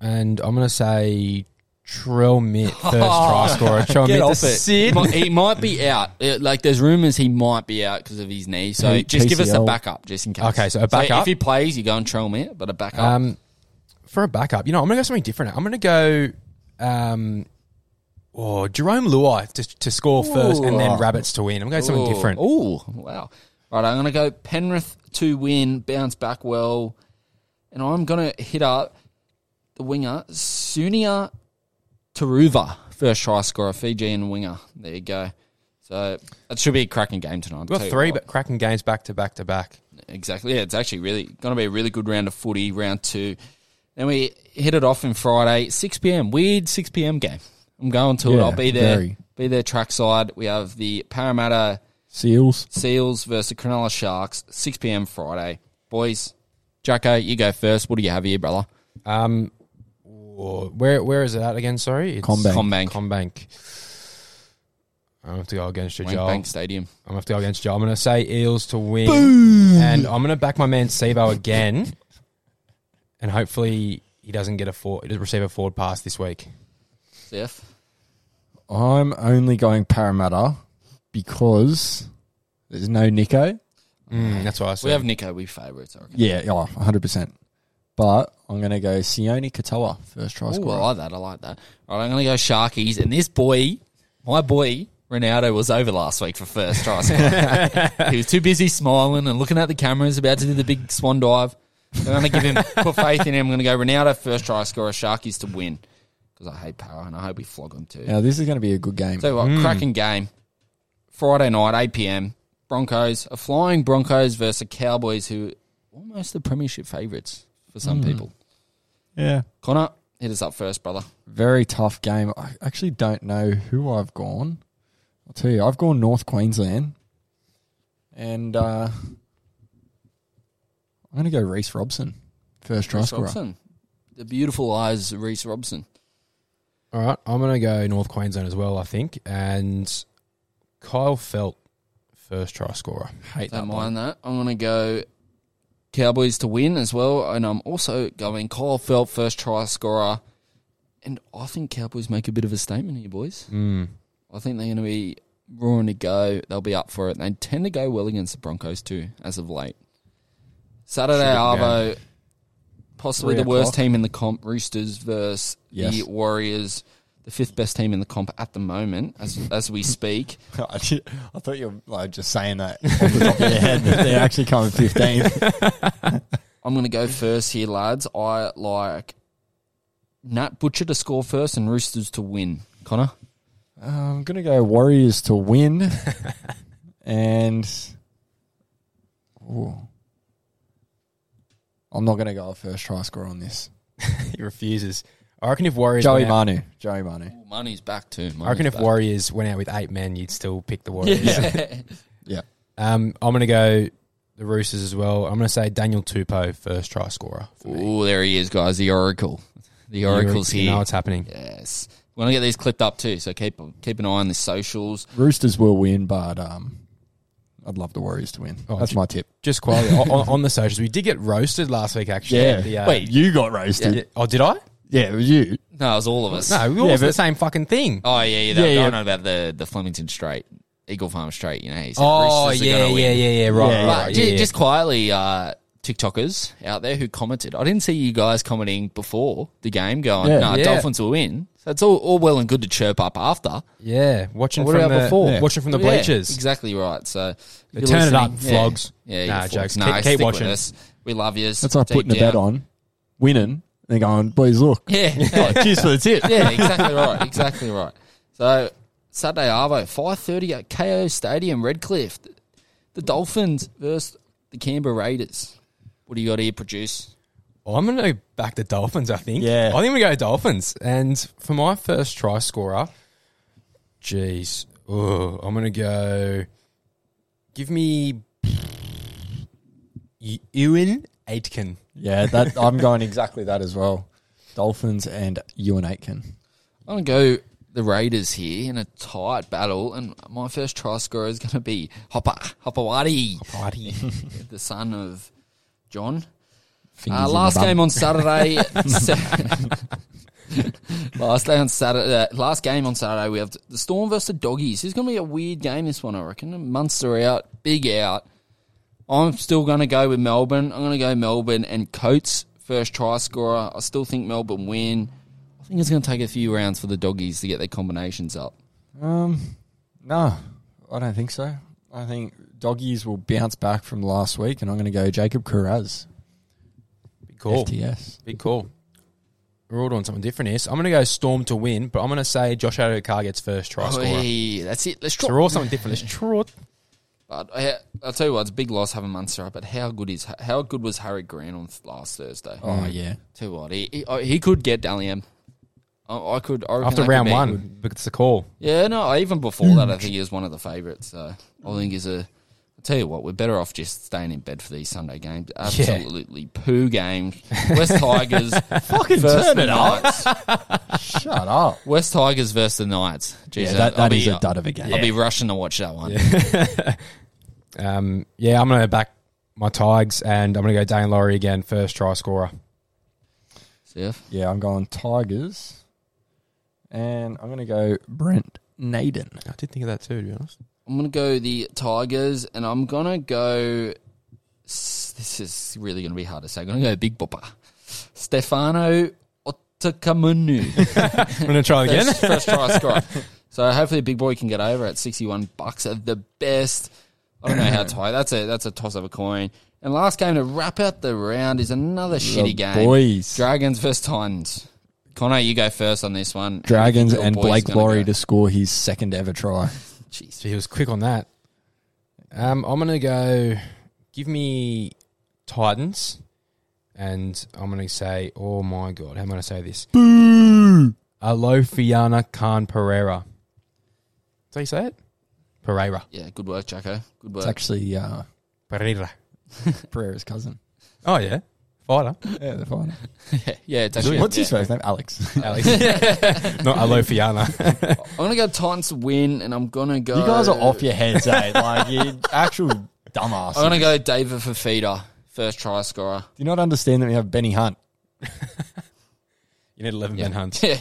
Speaker 4: And I'm going to say Trell [laughs] Mitt, first try [laughs] scorer. Trell Mitt to
Speaker 1: He
Speaker 4: sit.
Speaker 1: might- He might be out. Uh, Like there's rumors he might be out because of his knee. So
Speaker 3: P-
Speaker 1: just give us a
Speaker 3: PCL.
Speaker 1: backup just in case.
Speaker 4: Okay, so a backup.
Speaker 1: if he plays, you go and trail me, but a backup.
Speaker 4: Um, for a backup, you know, I'm going to go something different. I'm going to go um, oh, Jerome Luai to, to score first and then Rabbits to win. I'm going to go something
Speaker 1: Ooh.
Speaker 4: different.
Speaker 1: Ooh, wow. All right, I'm going to go Penrith to win, bounce back well, and I'm going to hit up the winger Sunia Taruva, first try scorer, Fijian winger. There you go. So that should be a cracking game tonight.
Speaker 4: We've
Speaker 1: Tell
Speaker 4: got
Speaker 1: you
Speaker 4: three
Speaker 1: what.
Speaker 4: ba- cracking games back to back to back.
Speaker 1: Exactly. Yeah, it's actually really going to be a really good round of footy, round two. Then we hit it off on Friday, 6 p.m. Weird 6 p.m. game. I'm going to it.
Speaker 3: Yeah,
Speaker 1: I'll be there.
Speaker 3: very.
Speaker 1: Be there trackside. We have the Parramatta
Speaker 3: Seals.
Speaker 1: Seals versus the Cronulla Sharks, 6 p.m. Friday. Boys, Jacko, you go first. What do you have here, brother?
Speaker 4: Um, whoa, where where is it at again? Sorry, it's
Speaker 3: Combank.
Speaker 1: Combank.
Speaker 4: Combank. I'm gonna have to go against you, Joel.
Speaker 1: Wank Bank
Speaker 4: I'm
Speaker 1: Stadium.
Speaker 4: gonna have to go against Joel. I'm gonna say Eels to win, and I'm gonna back my man Sebo again, and hopefully he doesn't get a four, he doesn't receive a forward pass this week.
Speaker 1: CF.
Speaker 3: I'm only going Parramatta because there's no Nico.
Speaker 4: Mm, that's what I said.
Speaker 1: We have Nico. We favourites. I reckon.
Speaker 3: Yeah, oh, 100%. But I'm going to go Sione Katoa, first try
Speaker 1: Ooh, I
Speaker 3: scorer.
Speaker 1: like that. I like that. All right, I'm going to go Sharkies. And this boy, my boy, Ronaldo was over last week for first try. scorer. [laughs] he was too busy smiling and looking at the cameras, about to do the big swan dive. I'm going to give him, put faith in him. I'm going to go Ronaldo, first try scorer, Sharkies to win. Because I hate power and I hope we flog him too.
Speaker 3: Now, this is going to be a good game.
Speaker 1: Tell you what, cracking game. Friday night, 8 p.m. Broncos, a flying Broncos versus the Cowboys, who are almost the premiership favourites for some people.
Speaker 3: yeah.
Speaker 1: Connor, hit us up first, brother.
Speaker 3: Very tough game. I actually don't know who I've gone. I'll tell you, I've gone North Queensland. And uh, I'm going to go Reese Robson, first try
Speaker 1: Reece
Speaker 3: scorer.
Speaker 1: Robson. The beautiful eyes, of Reese Robson.
Speaker 4: All right, I'm gonna go North Queensland as well. I think, and Kyle Felt, first try scorer.
Speaker 3: Hate that
Speaker 1: Don't
Speaker 3: one.
Speaker 1: mind that. I'm going to go Cowboys to win as well. And I'm also going Kyle Felt, first try scorer. And I think Cowboys make a bit of a statement here, boys.
Speaker 3: Mm.
Speaker 1: I think they're going to be roaring to go. They'll be up for it. They tend to go well against the Broncos, too, as of late. Saturday,
Speaker 4: Should be
Speaker 1: Arvo, possibly
Speaker 3: Three
Speaker 1: the worst
Speaker 3: o'clock.
Speaker 1: team in the comp, Roosters versus the
Speaker 3: Yes.
Speaker 1: Warriors, the fifth best team in the comp at the moment, as, as we speak.
Speaker 3: [laughs] I thought you were like, just saying that off the top of your head. that [laughs] They're actually coming 15th.
Speaker 1: I'm going to go first here, lads. I like Nat Butcher to score first and Roosters to win. Connor?
Speaker 3: [laughs] I'm going to go Warriors to win. and ooh, I'm not going to go a first try scorer on this.
Speaker 4: [laughs] he refuses. I reckon if Warriors
Speaker 3: Joey
Speaker 4: went out-
Speaker 3: Manu. Joey Manu.
Speaker 1: Money's back too.
Speaker 4: I reckon if Warriors went out with eight men, you'd still pick the Warriors.
Speaker 1: Yeah.
Speaker 3: Yeah.
Speaker 4: [laughs] Um, I'm going to go the Roosters as well. I'm going to say Daniel Tupou, first try scorer. for
Speaker 1: [laughs]
Speaker 4: me.
Speaker 1: Ooh, there he is, guys. The Oracle. The Oracle's
Speaker 4: You know
Speaker 1: here.
Speaker 4: what's happening.
Speaker 1: Yes. We're going to get these clipped up too, so keep keep an eye on the socials.
Speaker 3: Roosters will win, but um, I'd love the Warriors to win. That's my tip.
Speaker 4: Just quietly on, on- on the socials, we did get roasted last week. Actually, The, uh,
Speaker 3: you got roasted.
Speaker 4: yeah- oh, did I?
Speaker 3: Yeah, it was you.
Speaker 1: No, it was all of us.
Speaker 4: No, we all
Speaker 3: Yeah,
Speaker 4: said the
Speaker 3: but-
Speaker 4: same fucking thing.
Speaker 1: Oh, yeah, yeah. They were
Speaker 3: Yeah, yeah.
Speaker 1: going on about the, the Flemington Straight, Eagle Farm Straight, you know. he said
Speaker 4: Oh,
Speaker 1: Roosters are
Speaker 4: yeah,
Speaker 1: gonna win.
Speaker 4: yeah, yeah, yeah. Right,
Speaker 3: Yeah,
Speaker 4: right,
Speaker 1: But
Speaker 4: right,
Speaker 1: ju-
Speaker 4: yeah, yeah.
Speaker 1: just quietly, uh, TikTokers out there who commented, I didn't see you guys commenting before the game going,
Speaker 3: Yeah.
Speaker 1: no,
Speaker 4: Yeah.
Speaker 1: Dolphins will win. So it's all, all well and good to chirp up after.
Speaker 4: yeah. Watching
Speaker 1: What
Speaker 4: from
Speaker 1: about
Speaker 4: the
Speaker 1: before? Yeah.
Speaker 4: watching from the
Speaker 1: Yeah,
Speaker 4: bleachers.
Speaker 1: exactly right. So if
Speaker 4: They
Speaker 1: you're
Speaker 4: turn it up,
Speaker 1: listening, yeah.
Speaker 4: flogs.
Speaker 1: Yeah,
Speaker 4: Nah,
Speaker 1: you're flogs.
Speaker 4: jokes.
Speaker 1: Nah,
Speaker 4: Keep- keep
Speaker 1: stick with
Speaker 4: watching.
Speaker 1: us. We love yous.
Speaker 3: That's like
Speaker 1: Deep
Speaker 3: putting a bet
Speaker 1: down.
Speaker 3: on, winning, They're going, please look.
Speaker 1: [laughs]
Speaker 3: [laughs]
Speaker 1: Yeah.
Speaker 3: Cheers for the tip.
Speaker 1: Yeah, exactly right. Exactly right. So Saturday Arvo, five thirty at KO Stadium, Redcliffe. The Dolphins versus the Canberra Raiders. What do you got here, produce?
Speaker 4: [laughs] Well, I'm going to go back to Dolphins, I think.
Speaker 3: Yeah.
Speaker 4: I think we go Dolphins. And for my first try scorer, jeez, oh, I'm going to go. Give me E- Ewan Aitken.
Speaker 3: Yeah, that I'm going exactly that as well. Dolphins and Ewan Aitken.
Speaker 1: I'm gonna go the Raiders here in a tight battle, and my first try scorer is gonna be Hopper Hopawati, [laughs]
Speaker 3: [laughs]
Speaker 1: the son of John. Uh, last game on
Speaker 4: [laughs]
Speaker 1: Saturday. [laughs] last day on Saturday. Uh, last game on Saturday, we have the Storm versus the Doggies. It's going to be a weird game. This one, I reckon. Munster out, big out. I'm still going to go with Melbourne. I'm going to go Melbourne and Coates first try scorer. I still think Melbourne win. I think it's going to take a few rounds for the Doggies to get their combinations up.
Speaker 3: Um, no, I don't think so. I think doggies will bounce back from last week, and I'm going to go Jacob Carraz.
Speaker 4: Big call.
Speaker 3: FTS.
Speaker 4: Big call. We're all doing something different here. So I'm going to go Storm to win, but I'm going to say Josh Adokar gets first try scorer.
Speaker 1: Oi, that's it. Let's
Speaker 4: So we're
Speaker 1: try.
Speaker 4: all something different. Let's try it.
Speaker 1: But I, I'll tell you what, it's a big loss having Munster up. But how good is how good was Harry Grant on last Thursday?
Speaker 3: Oh yeah,
Speaker 1: Tell you what, he, he, I- he could get Dalian. I, I could. I reckon
Speaker 4: After
Speaker 1: that could
Speaker 4: round
Speaker 1: be-
Speaker 4: one, but it's a call.
Speaker 1: Yeah, no, even before that, I think he was one of the favourites. So I think he's a. I tell you what, we're better off just staying in bed for these Sunday
Speaker 3: [laughs]
Speaker 1: games. Absolutely poo games. West
Speaker 3: [laughs]
Speaker 1: Tigers. Fucking turn it Knights.
Speaker 3: shut up.
Speaker 1: West Tigers versus the Knights. Jeez, uh,
Speaker 3: Yeah, that,
Speaker 1: I'll
Speaker 3: that
Speaker 1: be-
Speaker 3: is a dud of a game.
Speaker 1: I'll be rushing to watch that one.
Speaker 4: Um, yeah, I'm going to back my Tigers, and I'm going to go Dane Laurie again, first try
Speaker 1: [laughs]
Speaker 4: scorer.
Speaker 1: Sif?
Speaker 3: Yeah, I'm going Tigers, and I'm going to go Brent Naden.
Speaker 4: I did think of that too, to be honest.
Speaker 1: I'm gonna go the Tigers, and I'm gonna go. s- This is really gonna be hard to say. I'm gonna go Big Bopper, Stefano
Speaker 3: [laughs]
Speaker 1: Otakamunu.
Speaker 4: I'm going to try again.
Speaker 1: First, first try scorer. So hopefully, Big Boy can get over at 61 bucks at the best. I don't know
Speaker 3: [clears throat]
Speaker 1: how tight. That's a that's a toss of a coin. And last game to wrap out the round is another shitty game.
Speaker 3: boys.
Speaker 1: Dragons versus Titans. Connor, you go first on this one.
Speaker 3: Dragons
Speaker 1: Your
Speaker 3: and
Speaker 1: boy's
Speaker 3: Blake
Speaker 1: gonna
Speaker 3: Laurie
Speaker 1: go.
Speaker 3: to score his second ever try.
Speaker 1: Jeez.
Speaker 4: So he was quick on that. Um, I'm going to go give me Titans. And I'm going to say, oh my God, how am I going to say this? Boo! Alofiana Khan Pereira. Is that how you say it? Pereira.
Speaker 1: Yeah, good work, Jacko. Good work.
Speaker 3: It's actually uh,
Speaker 4: Pereira.
Speaker 3: Pereira's cousin.
Speaker 4: Oh, yeah. Fighter.
Speaker 3: Yeah, the final.
Speaker 1: [laughs] yeah, it's actually.
Speaker 3: What's
Speaker 1: yeah.
Speaker 3: his first name?
Speaker 4: [laughs]
Speaker 3: Alex.
Speaker 4: Alex. [laughs] Not Alofiana.
Speaker 1: I'm gonna go Titans to win, and I'm gonna go.
Speaker 3: [laughs] You guys are off your heads, [laughs] eh? Like you actual dumbass.
Speaker 1: I'm gonna go David Fafita, first try scorer.
Speaker 3: Do you not understand that we have Benny Hunt?
Speaker 4: you need 11 men hunts.
Speaker 1: Yeah,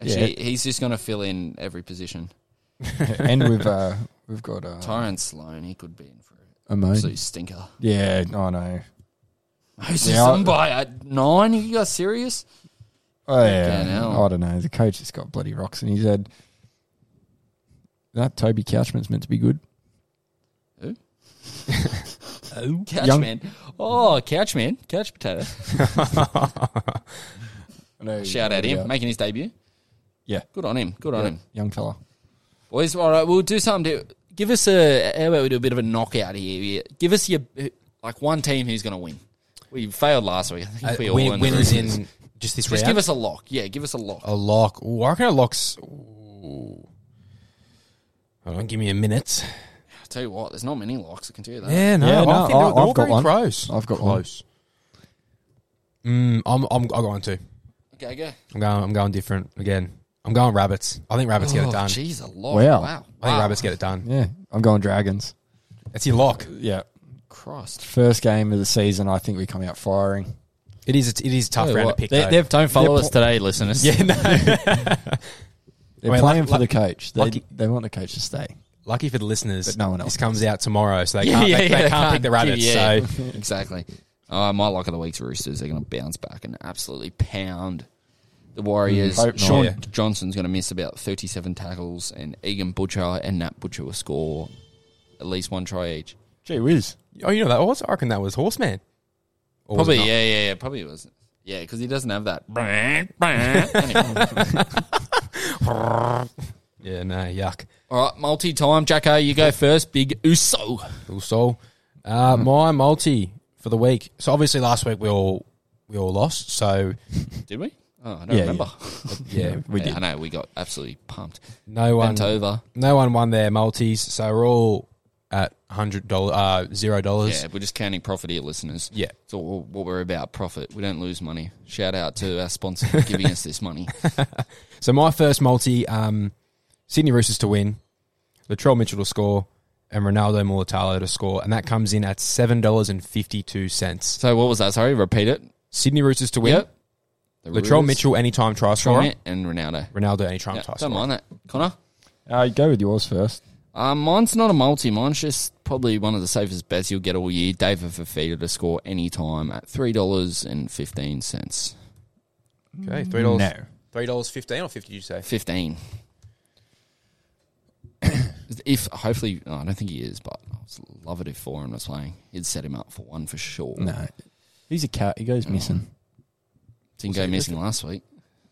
Speaker 1: actually, he's just gonna fill in every position.
Speaker 3: and we've uh, we've got uh,
Speaker 1: Tyrone Sloan, he could be in for an
Speaker 3: a moan.
Speaker 1: absolute stinker.
Speaker 3: Yeah, I know.
Speaker 1: Moses
Speaker 3: Yeah, I-
Speaker 1: Mbai at nine. Are you guys serious?
Speaker 3: Oh yeah,
Speaker 1: Fucking hell.
Speaker 3: I don't know. The coach has got bloody rocks in his head. That Toby Couchman's meant to be good. [laughs] Young-
Speaker 1: Couchman. Oh, Couchman, couch potato. Shout at him, making his debut.
Speaker 3: Yeah.
Speaker 1: good on him. Good on him.
Speaker 3: young fella.
Speaker 1: Boys, all right, we'll do something. To, give us a how about we do a bit of a knockout here? Give us your like one team who's gonna win. We failed last week. I think
Speaker 4: Uh,
Speaker 1: we all
Speaker 4: win,
Speaker 1: learned
Speaker 4: winners
Speaker 1: from this.
Speaker 4: in just this
Speaker 1: Just
Speaker 4: round.
Speaker 1: give us a lock. Yeah, give us a lock.
Speaker 4: A lock. Ooh, I reckon a lock's. Ooh. Hold on, give me a minute.
Speaker 1: I'll tell you what, there's not many locks. I can tell you that.
Speaker 4: Yeah, no,
Speaker 3: Yeah,
Speaker 4: I
Speaker 3: no,
Speaker 4: think they're,
Speaker 3: I-
Speaker 4: they're all
Speaker 3: I've got
Speaker 4: very
Speaker 3: one.
Speaker 4: close.
Speaker 3: I've got one.
Speaker 4: close. Mm, I'm, I'm, I got one too.
Speaker 1: Okay, go.
Speaker 4: I'm going, I'm going different again. I'm going rabbits. I think rabbits get it
Speaker 1: Oh,
Speaker 4: done.
Speaker 1: Jeez, a lock. Wow.
Speaker 3: Wow.
Speaker 1: Wow.
Speaker 4: I think rabbits get it done.
Speaker 3: Yeah, I'm going Dragons.
Speaker 4: It's your lock.
Speaker 3: Yeah,
Speaker 1: Christ.
Speaker 3: first game of the season. I think we come out firing.
Speaker 4: It is. It is a tough round to pick. though.
Speaker 1: don't
Speaker 3: follow us
Speaker 1: today, listeners.
Speaker 4: [laughs] yeah,
Speaker 3: [laughs]
Speaker 4: no.
Speaker 3: They're
Speaker 4: I mean,
Speaker 3: playing
Speaker 4: luck-
Speaker 3: for the coach. They
Speaker 4: lucky-
Speaker 3: they want the coach to stay.
Speaker 4: Lucky for the listeners,
Speaker 3: But no one
Speaker 4: This
Speaker 3: else
Speaker 4: comes out tomorrow, so they [laughs] can't. they, they can't, pick the rabbits. So [laughs]
Speaker 1: exactly. Uh, my lock of the week's Roosters. They're going to bounce back and absolutely pound the Warriors.
Speaker 3: Mm, hope not.
Speaker 1: Sean
Speaker 4: Yeah.
Speaker 1: Johnson's going to miss about 37 tackles, and Egan Butcher and Nat Butcher will score at least one try each.
Speaker 3: Gee whiz.
Speaker 4: Oh, you know that was. I reckon that was horseman. Or was
Speaker 1: Probably,
Speaker 4: it not?
Speaker 1: yeah, yeah, yeah. Probably was. Yeah, because he doesn't have that. Anyway.
Speaker 4: Yeah, no, yuck.
Speaker 1: All right, multi time. Jacko, you go first. Big Uso.
Speaker 4: Also, uh,
Speaker 3: Mm.
Speaker 4: my multi for the week. So obviously last week we all we all lost. So
Speaker 1: Did we? Oh, I don't remember.
Speaker 4: yeah,
Speaker 1: We did. I know, we got absolutely pumped.
Speaker 4: no one
Speaker 1: Bent over.
Speaker 4: no one won their multis. So we're all at hundred dollar uh, zero dollars.
Speaker 1: Yeah, we're just counting profit here, listeners.
Speaker 4: Yeah.
Speaker 1: It's all what we're about profit. We don't lose money. Shout out to our sponsor for giving us this money.
Speaker 4: So my first multi, um, Sydney Roosters to win, Latrell Mitchell to score, and Ronaldo Mulatalo to score, and that comes in at seven dollars and fifty two cents.
Speaker 1: [laughs] So, what was that? Sorry, repeat it.
Speaker 4: Sydney Roosters to win,
Speaker 1: Yep. The
Speaker 4: Latrell
Speaker 1: Roos,
Speaker 4: Mitchell anytime try scorer,
Speaker 1: Trent, and Ronaldo.
Speaker 4: Ronaldo anytime
Speaker 1: Yeah,
Speaker 4: try
Speaker 1: don't
Speaker 4: scorer.
Speaker 1: mind that. Connor?
Speaker 3: Uh, go with yours first.
Speaker 1: Um, mine's not a multi. Mine's just probably one of the safest bets you'll get all year. David Fafita to score any time at three dollars and fifteen cents.
Speaker 4: Okay, three dollars. Three dollars fifteen or fifty? You say?
Speaker 1: Fifteen. [coughs] if hopefully, no, I don't think he is, but I would love it if Foreign was playing. He'd set him up for one for sure.
Speaker 3: No. He's a cat. He goes
Speaker 1: Mm.
Speaker 3: missing.
Speaker 1: Didn't go missing last week.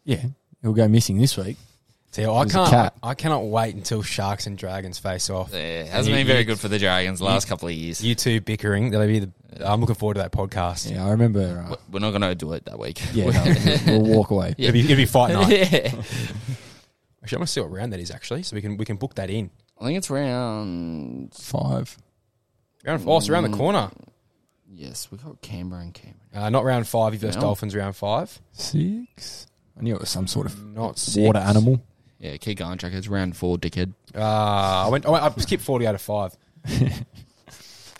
Speaker 3: Yeah. He'll go missing this week.
Speaker 4: Tell you, what, I
Speaker 3: He's a
Speaker 4: can't.
Speaker 3: cat.
Speaker 4: I cannot wait until Sharks and Dragons face off.
Speaker 1: Yeah, hasn't been very good for the Dragons last couple of years.
Speaker 4: You two bickering. That'll be. The, I'm looking forward to that podcast.
Speaker 3: Yeah, I remember. Uh,
Speaker 1: We're not going to do it that week. [laughs]
Speaker 3: yeah, no, we'll we'll walk away.
Speaker 1: Yeah.
Speaker 4: It'll be, it'll be
Speaker 1: [laughs]
Speaker 4: fight night.
Speaker 1: yeah.
Speaker 4: Actually, I'm gonna see what round that is actually, so we can we can book that in.
Speaker 1: I think it's round.
Speaker 3: Five.
Speaker 4: Round four, it's around the corner.
Speaker 1: Yes, we got Canberra and Canberra.
Speaker 4: Uh, not round five. You versus
Speaker 1: No.
Speaker 4: Dolphins round five.
Speaker 3: Six. I knew it was some sort of
Speaker 4: Not six.
Speaker 3: water animal.
Speaker 1: Yeah, keep going, Jack. It's round four, dickhead.
Speaker 4: Uh, I went. I, went, I skipped forty out of five.
Speaker 3: [laughs]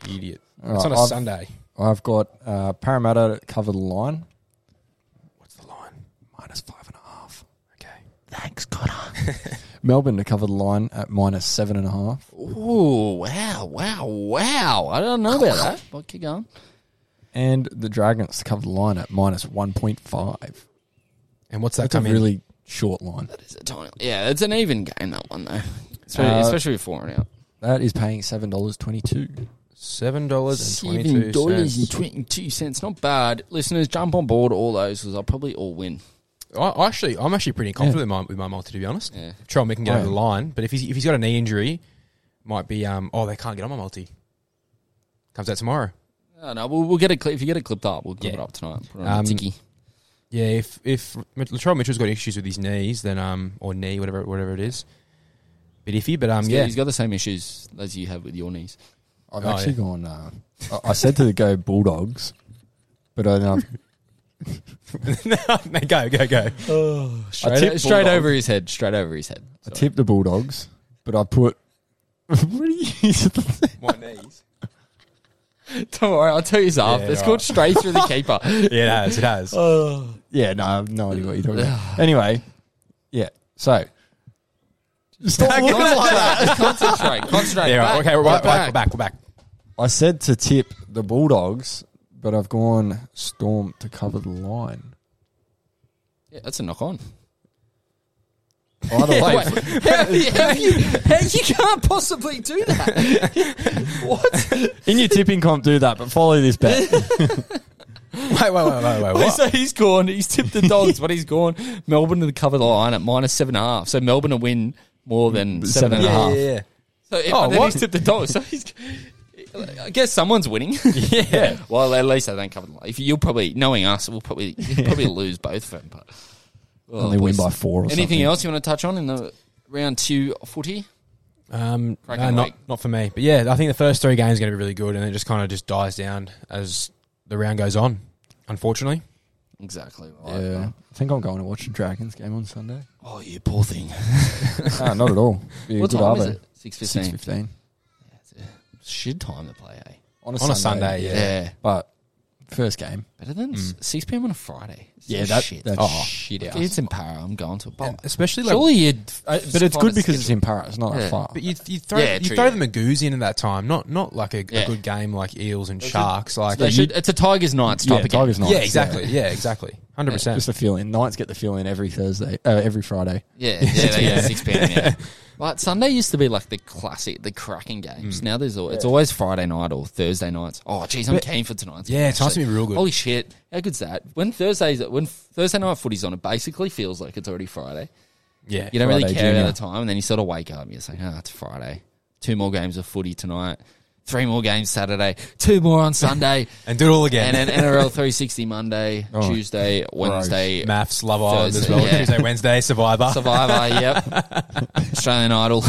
Speaker 4: Idiot. it's on a
Speaker 3: I've-
Speaker 4: Sunday.
Speaker 3: I've got uh, Parramatta to cover the line.
Speaker 4: What's the line?
Speaker 3: Minus five and a half.
Speaker 4: Okay.
Speaker 3: [laughs] Melbourne to cover the line at minus seven and a half.
Speaker 1: Oh, wow, wow, wow. I don't know about that, but keep going.
Speaker 3: And the Dragons to cover the line at minus 1.5.
Speaker 4: And what's that
Speaker 3: That's a
Speaker 4: come in?
Speaker 3: really short line.
Speaker 1: That is a tiny. Yeah, it's an even game, that one, though. Especially,
Speaker 3: Uh,
Speaker 1: especially with four and out.
Speaker 3: That is paying $7.22.
Speaker 4: Seven dollars and twenty
Speaker 1: Seven
Speaker 4: two
Speaker 1: dollars and
Speaker 4: cents.
Speaker 1: twenty-two cents. Not bad, listeners. Jump on board all those because I'll probably all win.
Speaker 4: I actually, I'm actually pretty confident with, my, with my multi. To be honest,
Speaker 1: Yeah.
Speaker 4: Trell Mick can get
Speaker 3: I
Speaker 4: over the
Speaker 3: am.
Speaker 4: line, but if he's if he's got a knee injury, might be um. Oh, they can't get on my multi. Comes out tomorrow.
Speaker 1: No, no, we'll, we'll get it. cli- If you get it clipped up, we'll clip
Speaker 4: Yeah.
Speaker 1: it up tonight. and Put it on
Speaker 4: Um,
Speaker 1: a ticky.
Speaker 4: Yeah, if if Mit- Latrell Mitchell's got issues with his knees, then um or knee whatever whatever it is, bit iffy. But um
Speaker 1: He's got-
Speaker 4: yeah,
Speaker 1: he's got the same issues as you have with your knees.
Speaker 3: I've
Speaker 4: Oh,
Speaker 3: actually
Speaker 4: yeah.
Speaker 3: gone. Uh, I, I said to go Bulldogs, but I, um,
Speaker 4: [laughs] no, go go go.
Speaker 1: Straight,
Speaker 3: tipped
Speaker 1: straight
Speaker 3: Bulldog.
Speaker 1: over his head. Straight over his head.
Speaker 3: I tipped the Bulldogs, but I put. [laughs] what are you [laughs] using?
Speaker 4: My knees.
Speaker 1: [laughs] Don't worry, I'll tell you after.
Speaker 4: Yeah,
Speaker 1: it's
Speaker 4: right.
Speaker 1: called straight through the [laughs] keeper.
Speaker 4: Yeah, it has. It has. [laughs]
Speaker 3: yeah, no, I have no idea what you're talking
Speaker 1: [sighs]
Speaker 3: about. Anyway, yeah. So stop looking like that.
Speaker 1: concentrate, concentrate.
Speaker 4: yeah, right.
Speaker 1: back,
Speaker 4: Okay, we're
Speaker 1: right
Speaker 4: back, we're back. We're back.
Speaker 3: I said to tip the Bulldogs, but I've gone Storm to cover the line.
Speaker 1: Yeah, that's a knock on. Oh, [laughs]
Speaker 3: Either way,
Speaker 1: how, [laughs] how you, how you can't possibly do that?
Speaker 3: in your tipping comp, do that, but follow this bet.
Speaker 1: [laughs]
Speaker 4: Wait, wait, wait, wait, wait. [laughs] What?
Speaker 1: So he's gone. He's tipped the dogs, but he's gone. Melbourne to cover the line at minus seven and a half. So Melbourne to win more than seven and a half.
Speaker 4: yeah, yeah,
Speaker 1: So
Speaker 4: Oh,
Speaker 1: oh, then
Speaker 4: what?
Speaker 1: he's tipped the dogs. So he's. I guess someone's
Speaker 3: [laughs]
Speaker 1: winning.
Speaker 4: yeah. yeah.
Speaker 1: [laughs] well, at least they don't cover the line. If you'll probably knowing us, we'll
Speaker 3: [laughs]
Speaker 1: probably you'll probably lose both of them. But Oh,
Speaker 3: Only win
Speaker 1: boys.
Speaker 3: by four or
Speaker 1: Anything
Speaker 3: something.
Speaker 1: else you want to touch on in the round two footy?
Speaker 4: Um,
Speaker 1: Cracking
Speaker 4: no, not
Speaker 1: week.
Speaker 4: not for me. But yeah, I think the first three games are going to be really good, and it just kind of just dies down as the round goes on. Unfortunately,
Speaker 1: Exactly. Right.
Speaker 3: Yeah, I think I'm going to watch the Dragons game on Sunday.
Speaker 1: Oh, you poor thing.
Speaker 3: no, Ah, not
Speaker 1: [laughs]
Speaker 3: at all. Be a
Speaker 1: what
Speaker 3: good
Speaker 1: time is
Speaker 3: arvo.
Speaker 1: it? Six
Speaker 3: Six
Speaker 1: fifteen.
Speaker 3: fifteen
Speaker 1: Shit time to play. Eh?
Speaker 3: on a
Speaker 4: on a Sunday, yeah.
Speaker 1: Yeah.
Speaker 3: But first game,
Speaker 1: better than s- six pm on a Friday. It's
Speaker 3: Mm. yeah,
Speaker 1: just
Speaker 3: that,
Speaker 1: shit.
Speaker 3: that's
Speaker 4: Oh.
Speaker 3: shit out.
Speaker 1: it's in Para. I'm going to a bar.
Speaker 4: especially like.
Speaker 1: Surely you'd.
Speaker 3: Uh, but it's good because it's in Paris, it's not
Speaker 1: Yeah.
Speaker 3: that far.
Speaker 4: But you, you throw
Speaker 1: Yeah,
Speaker 4: you
Speaker 1: true,
Speaker 4: throw
Speaker 1: yeah.
Speaker 4: the Magoos in at that time, not not like a, a
Speaker 1: Yeah.
Speaker 4: good game like Eels and Sharks, like
Speaker 1: They should, it's a Tigers Knights type of game.
Speaker 3: Tigers nights,
Speaker 4: yeah, exactly, yeah, exactly, hundred
Speaker 3: Just
Speaker 4: percent.
Speaker 3: the feeling. Knights get the feeling every Thursday, uh, every Friday.
Speaker 1: [laughs] Yeah, yeah, they get six pm. Yeah. But Sunday used to be [laughs] like the classic, the cracking games. Now there's al- it's always Friday night or Thursday nights. Oh, geez, I'm keen for tonight.
Speaker 4: Yeah, it's nice to
Speaker 1: actually.
Speaker 4: be real good.
Speaker 1: Holy shit. How good's that? When Thursday's when Thursday night footy's on, it basically feels like it's already Friday.
Speaker 4: Yeah.
Speaker 1: You don't really
Speaker 3: Friday,
Speaker 1: care
Speaker 3: Junior.
Speaker 1: about the time, and then you sort of wake up. and You're saying, "Ah, it's Friday. Two more games of footy tonight. Three more games Saturday. Two more on Sunday,
Speaker 4: and do it all again. [laughs]
Speaker 1: and then NRL 360 Monday, Tuesday, Wednesday,
Speaker 4: Maths, Love Island as
Speaker 1: Thursday,
Speaker 4: well.
Speaker 1: yeah.
Speaker 4: Tuesday, Wednesday, Survivor. [laughs]
Speaker 1: Survivor, yep. Australian Idol.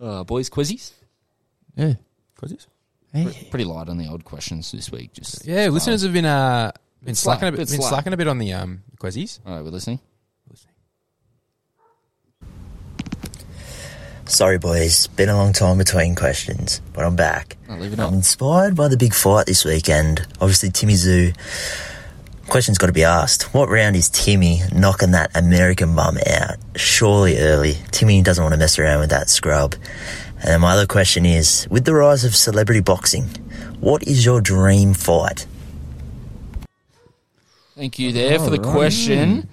Speaker 1: uh, boys, quizzies.
Speaker 3: Yeah.
Speaker 1: Pre- pretty light on the old questions this week. Just
Speaker 4: Yeah, listeners have been uh been
Speaker 1: slack,
Speaker 4: slacking a bit,
Speaker 1: bit
Speaker 4: been
Speaker 1: slack.
Speaker 4: slacking a bit on the um quizzies.
Speaker 1: All right, we're listening.
Speaker 6: Sorry, boys. Been a long time between questions, but I'm back.
Speaker 1: No, leave it
Speaker 6: I'm
Speaker 1: on.
Speaker 6: inspired by the big fight this weekend. Obviously, Timmy Zoo. Question's got to be asked. What round is Timmy knocking that American bum out? Surely early. Timmy doesn't want to mess around with that scrub. And then my other question is with the rise of celebrity boxing, what is your dream fight?
Speaker 1: Thank you there for the question.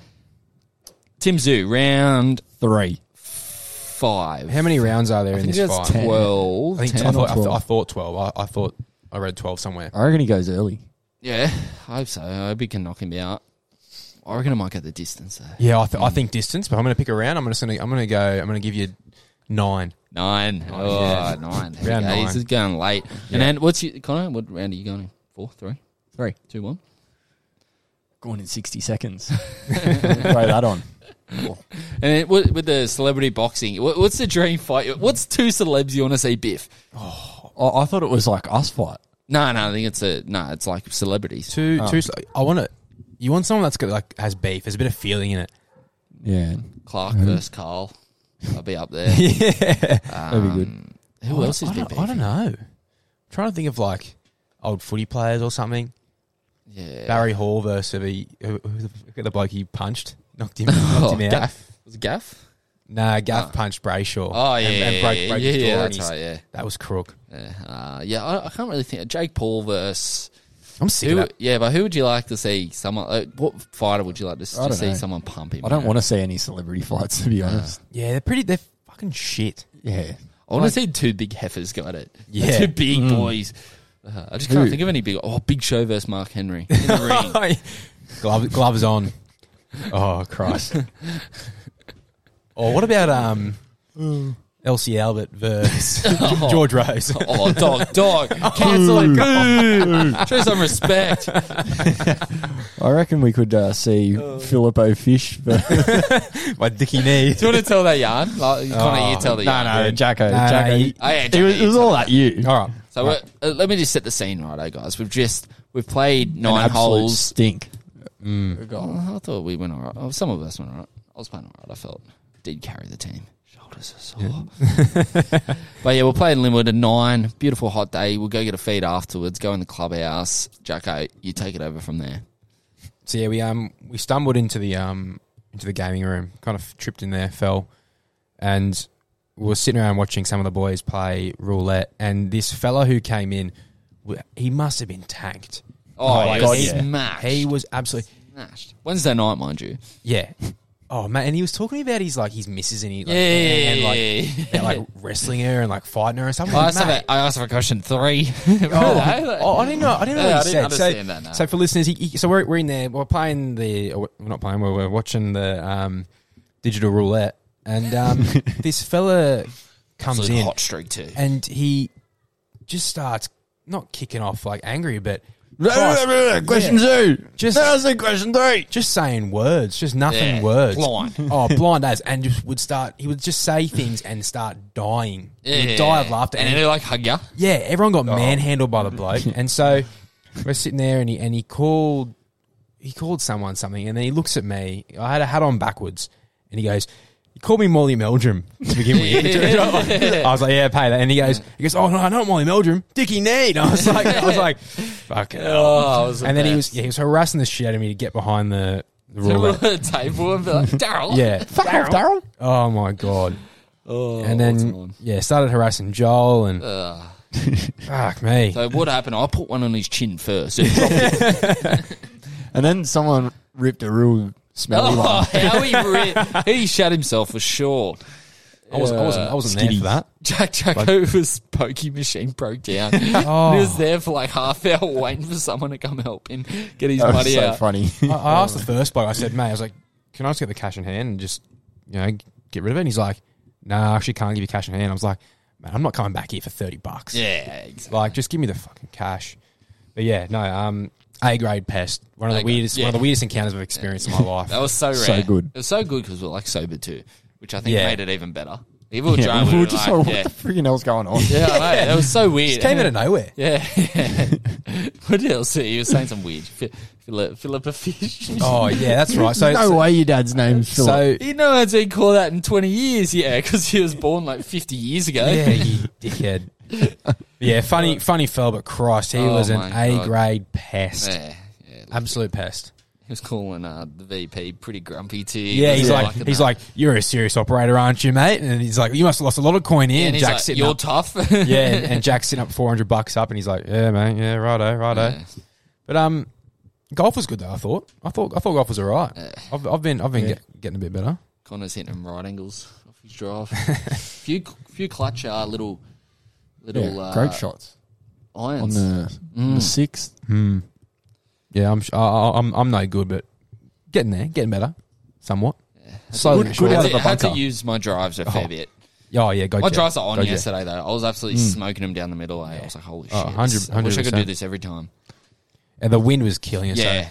Speaker 1: Tim Zoo, round
Speaker 3: Three.
Speaker 1: five.
Speaker 4: How many rounds are there in
Speaker 3: think
Speaker 4: this
Speaker 3: that's
Speaker 4: fight?
Speaker 3: 10.
Speaker 1: Twelve.
Speaker 4: I think
Speaker 1: ten.
Speaker 4: I thought, I,
Speaker 3: 12.
Speaker 4: thought, I thought twelve. I, I thought I read twelve somewhere.
Speaker 3: I reckon he goes early.
Speaker 1: Yeah, I hope so. I hope he can knock him out. I reckon I might go the distance though.
Speaker 4: Yeah, I, th- I think distance, but I'm going to pick a round. I'm going to I'm going to go. I'm going to give you nine.
Speaker 1: Nine. Oh,
Speaker 4: yeah.
Speaker 1: nine. Here
Speaker 4: Round
Speaker 1: we go. He's
Speaker 4: nine.
Speaker 1: just going late. And then what's your Connor? What round are you going in? Four, three,
Speaker 3: Three.
Speaker 1: two, one.
Speaker 3: Gone in 60 [laughs] seconds. Throw that on.
Speaker 1: And then with, with the celebrity boxing, what, what's the dream fight? What's two celebs you want to see biff?
Speaker 3: I, I thought it was like us fight.
Speaker 1: No, no, I think it's a no. It's like celebrities.
Speaker 4: Two two. s- I want to. You want someone that's got like has beef. There's a bit of feeling in it.
Speaker 3: Yeah.
Speaker 1: Clark versus Carl. I'll be up
Speaker 3: [laughs]
Speaker 1: there. Um,
Speaker 3: That'd be good.
Speaker 1: Who else has
Speaker 4: I
Speaker 1: been
Speaker 4: don't, I
Speaker 1: beefing?
Speaker 4: don't know. I'm trying to think of like old footy players or something.
Speaker 1: Yeah.
Speaker 4: Barry Hall versus the, who, who the, the bloke he punched, knocked
Speaker 1: [laughs]
Speaker 4: him, knocked
Speaker 1: Oh,
Speaker 4: him out.
Speaker 1: Gaff. Was it Gaff?
Speaker 4: Nah, Gaff punched Brayshaw.
Speaker 1: Oh yeah,
Speaker 4: and, and broke,
Speaker 1: yeah,
Speaker 4: broke
Speaker 1: yeah,
Speaker 4: his
Speaker 1: yeah,
Speaker 4: jaw and
Speaker 1: that's
Speaker 4: he's-
Speaker 1: right, yeah.
Speaker 4: That was crook.
Speaker 1: Yeah, uh, yeah I, I can't really think. Jake Paul versus
Speaker 4: I'm sick
Speaker 1: who?
Speaker 4: of that.
Speaker 1: Yeah, but who would you like to see? Someone? Uh, what fighter would you like to s-
Speaker 3: I
Speaker 1: just
Speaker 3: don't
Speaker 1: see
Speaker 3: know.
Speaker 1: someone pump him?
Speaker 3: I don't want to see any celebrity fights, to be honest.
Speaker 4: Yeah, they're pretty. They're fucking shit.
Speaker 3: Yeah.
Speaker 1: I want to see two big heifers got it.
Speaker 4: Yeah.
Speaker 1: two big boys. Uh, I just can't think of any big. Oh, Big Show versus Mark Henry in the
Speaker 4: [laughs]
Speaker 1: ring.
Speaker 4: Glove, gloves on. Oh
Speaker 1: [laughs]
Speaker 4: Christ. or what about um, LC Albert
Speaker 1: [laughs]
Speaker 4: versus George Rose?
Speaker 1: Oh, dog, dog, cancel it. Boo. [laughs] Show some respect.
Speaker 3: I reckon we could uh, see Filippo Fish. [laughs] But
Speaker 4: My dicky knee.
Speaker 1: Do you want to tell that yarn? Like, Connor,
Speaker 4: Oh,
Speaker 1: you tell the yarn.
Speaker 3: Oh. Jacko.
Speaker 4: Nah,
Speaker 3: Jacko.
Speaker 4: nah, he-
Speaker 1: Oh, yeah,
Speaker 3: it, was, it was all that you.
Speaker 4: All right.
Speaker 1: So we're- uh, let me just set the scene right, eh, guys. We've just we've played
Speaker 3: An
Speaker 1: nine
Speaker 3: absolute
Speaker 1: holes.
Speaker 3: Stink.
Speaker 4: Mm.
Speaker 1: Oh, I thought we went all right. Oh, some of us went all right. I was playing all right. I felt did carry the team. Shoulders are sore. [laughs] but yeah, we're playing Linwood at nine. Beautiful hot day. We'll go get a feed afterwards. Go in the clubhouse. Jacko, you take it over from there.
Speaker 4: So yeah, we um we stumbled into the um into the gaming room, kind of tripped in there, fell, and we were sitting around watching some of the boys play roulette. And this fella who came in, w- he must have been tanked.
Speaker 1: Oh,
Speaker 4: my
Speaker 1: he
Speaker 4: God,
Speaker 1: was
Speaker 4: yeah.
Speaker 1: smashed.
Speaker 4: He was absolutely
Speaker 1: smashed. Wednesday night, mind you.
Speaker 4: yeah. Oh man, and he was talking about his like his misses and he like,
Speaker 1: Yeah,
Speaker 4: and,
Speaker 1: yeah,
Speaker 4: like,
Speaker 1: yeah. Oh,
Speaker 4: they're, like wrestling her and like fighting her and something.
Speaker 1: I asked,
Speaker 4: Mate,
Speaker 1: for, I asked for question three. [laughs]
Speaker 4: Oh, oh, I didn't know. I didn't know
Speaker 1: Yeah,
Speaker 4: what
Speaker 1: I
Speaker 4: he
Speaker 1: didn't
Speaker 4: said. So-
Speaker 1: understand that, no.
Speaker 4: so, for listeners, he, he- so we're, we're in there. We're playing the. uh, We're not playing. We're, we're watching the um, digital roulette, and
Speaker 1: [laughs]
Speaker 4: um, this fella comes
Speaker 1: Absolute
Speaker 4: in
Speaker 1: hot streak too.
Speaker 4: and he just starts not kicking off like angry, but
Speaker 3: Question two.
Speaker 4: just
Speaker 3: question three.
Speaker 4: just saying words, just nothing
Speaker 1: Yeah,
Speaker 4: words.
Speaker 1: blind. [laughs]
Speaker 4: Oh, blind as, and just would start. He would just say things and start dying. He would die of laughter,
Speaker 1: And
Speaker 4: and-
Speaker 1: then they like hug you.
Speaker 4: Yeah, everyone got
Speaker 1: Oh.
Speaker 4: manhandled by
Speaker 1: [laughs]
Speaker 4: the bloke, and so we're sitting there, and he and he called he called someone something, and then he looks at me. I had a hat on backwards, and he goes, "You called me Molly Meldrum to
Speaker 1: [laughs]
Speaker 4: begin with." [laughs] I was like, "Yeah, pay that," and he goes, "He goes, oh no, not Molly Meldrum, Dickie Need." [laughs] I was like, I was like, "Fuck it."
Speaker 1: Oh, it was the
Speaker 4: and then he
Speaker 1: best.
Speaker 4: was yeah, he was harassing the shit out of me to get behind the,
Speaker 1: [laughs]
Speaker 4: the roulette.
Speaker 1: at the table and be like, Daryl. [laughs] Oh,
Speaker 4: Yeah. Fuck off, Daryl. Oh my god. and then
Speaker 1: on?
Speaker 4: yeah, started harassing Joel and fuck me.
Speaker 1: So what happened? I put one on his chin first. So he dropped it.
Speaker 3: And then someone [laughs] Oh, ripped a real smelly one.
Speaker 1: [laughs] oh, how he re- he shut himself for sure.
Speaker 4: I wasn't. I wasn't. I wasn't there for that.
Speaker 1: Jack Jackova's pokey machine broke down. He was there for like half hour waiting for someone to come help him get his
Speaker 3: That was
Speaker 1: money
Speaker 3: so
Speaker 1: out.
Speaker 3: [laughs] funny.
Speaker 4: I, I asked the first bloke. I said, "Mate, I was like, can I just get the cash in hand and just, you know, get rid of it?" And he's like, "Nah, I actually can't give you cash in hand." I was like, "Man, I'm not coming back here for thirty bucks.
Speaker 1: Yeah, exactly.
Speaker 4: like just give me the fucking cash." But yeah, no, um, A grade pest. One of the
Speaker 1: A-grade,
Speaker 4: weirdest. One of the
Speaker 1: yeah.
Speaker 4: weirdest encounters I've experienced in my life.
Speaker 1: That was so rare.
Speaker 3: So good.
Speaker 1: It was so good because we were like sober too, which I think
Speaker 4: Yeah.
Speaker 1: made it even better. Evil
Speaker 3: Yeah,
Speaker 1: Joe,
Speaker 3: we were
Speaker 1: were
Speaker 3: just
Speaker 1: like,
Speaker 3: like, what
Speaker 1: yeah.
Speaker 3: the freaking hell's going [laughs] on?
Speaker 1: yeah, I know. That was so weird.
Speaker 4: just came out of nowhere.
Speaker 1: Yeah. [laughs] what else? He was saying some weird. Phi- Philip, Philippa Fish.
Speaker 4: Oh yeah, that's right. [laughs] So
Speaker 3: no
Speaker 4: so,
Speaker 3: way your dad's name's Philip.
Speaker 4: so
Speaker 1: He no one's been called that in 20 years, yeah, because he was born like 50 years ago.
Speaker 4: yeah, you dickhead. yeah, funny, funny fell, but Christ, he
Speaker 1: Oh
Speaker 4: was an
Speaker 1: my God.
Speaker 4: A grade pest.
Speaker 1: Yeah, yeah.
Speaker 4: Absolute pest.
Speaker 1: He was calling uh, the VP pretty grumpy too.
Speaker 4: Yeah, he's
Speaker 1: Wasn't
Speaker 4: like,
Speaker 1: liking
Speaker 4: he's
Speaker 1: that.
Speaker 4: like, you're a serious operator, aren't you, mate? And he's like, you must have lost a lot of coin here.
Speaker 1: Yeah,
Speaker 4: and
Speaker 1: and he's
Speaker 4: Jack's
Speaker 1: like,
Speaker 4: sitting
Speaker 1: you're [laughs]
Speaker 4: up,
Speaker 1: tough.
Speaker 4: [laughs] yeah, and,
Speaker 1: [laughs]
Speaker 4: and Jack's sitting up four hundred bucks up, and he's like, yeah, mate, yeah, righto, righto.
Speaker 1: Yeah.
Speaker 4: But um, golf was good though. I thought, I thought, I thought golf was all right. I've, I've been, I've been get- getting a bit better.
Speaker 1: Connor's hitting him right angles off his [laughs] drive. few few clutch uh, little
Speaker 3: yeah,
Speaker 1: little uh,
Speaker 3: great shots on
Speaker 1: irons.
Speaker 3: the, on the sixth.
Speaker 4: Yeah, I'm, I, I- I'm, I'm no good, but getting there, getting better, somewhat. Slowly,
Speaker 3: Good-
Speaker 4: sure.
Speaker 3: good
Speaker 1: I
Speaker 3: out
Speaker 1: had to-
Speaker 3: of the
Speaker 1: had to
Speaker 3: bunker.
Speaker 1: use my drives a fair bit.
Speaker 4: Oh yeah, go.
Speaker 1: My
Speaker 4: Jet,
Speaker 1: drives are on
Speaker 4: go Jet.
Speaker 1: yesterday though. I was absolutely smoking them down the middle. eh? I was like, holy
Speaker 4: Oh,
Speaker 1: shit!
Speaker 4: 100
Speaker 1: this- I wish I could do
Speaker 4: 100%.
Speaker 1: this every time.
Speaker 4: And the wind was killing us.
Speaker 1: Yeah,
Speaker 4: though.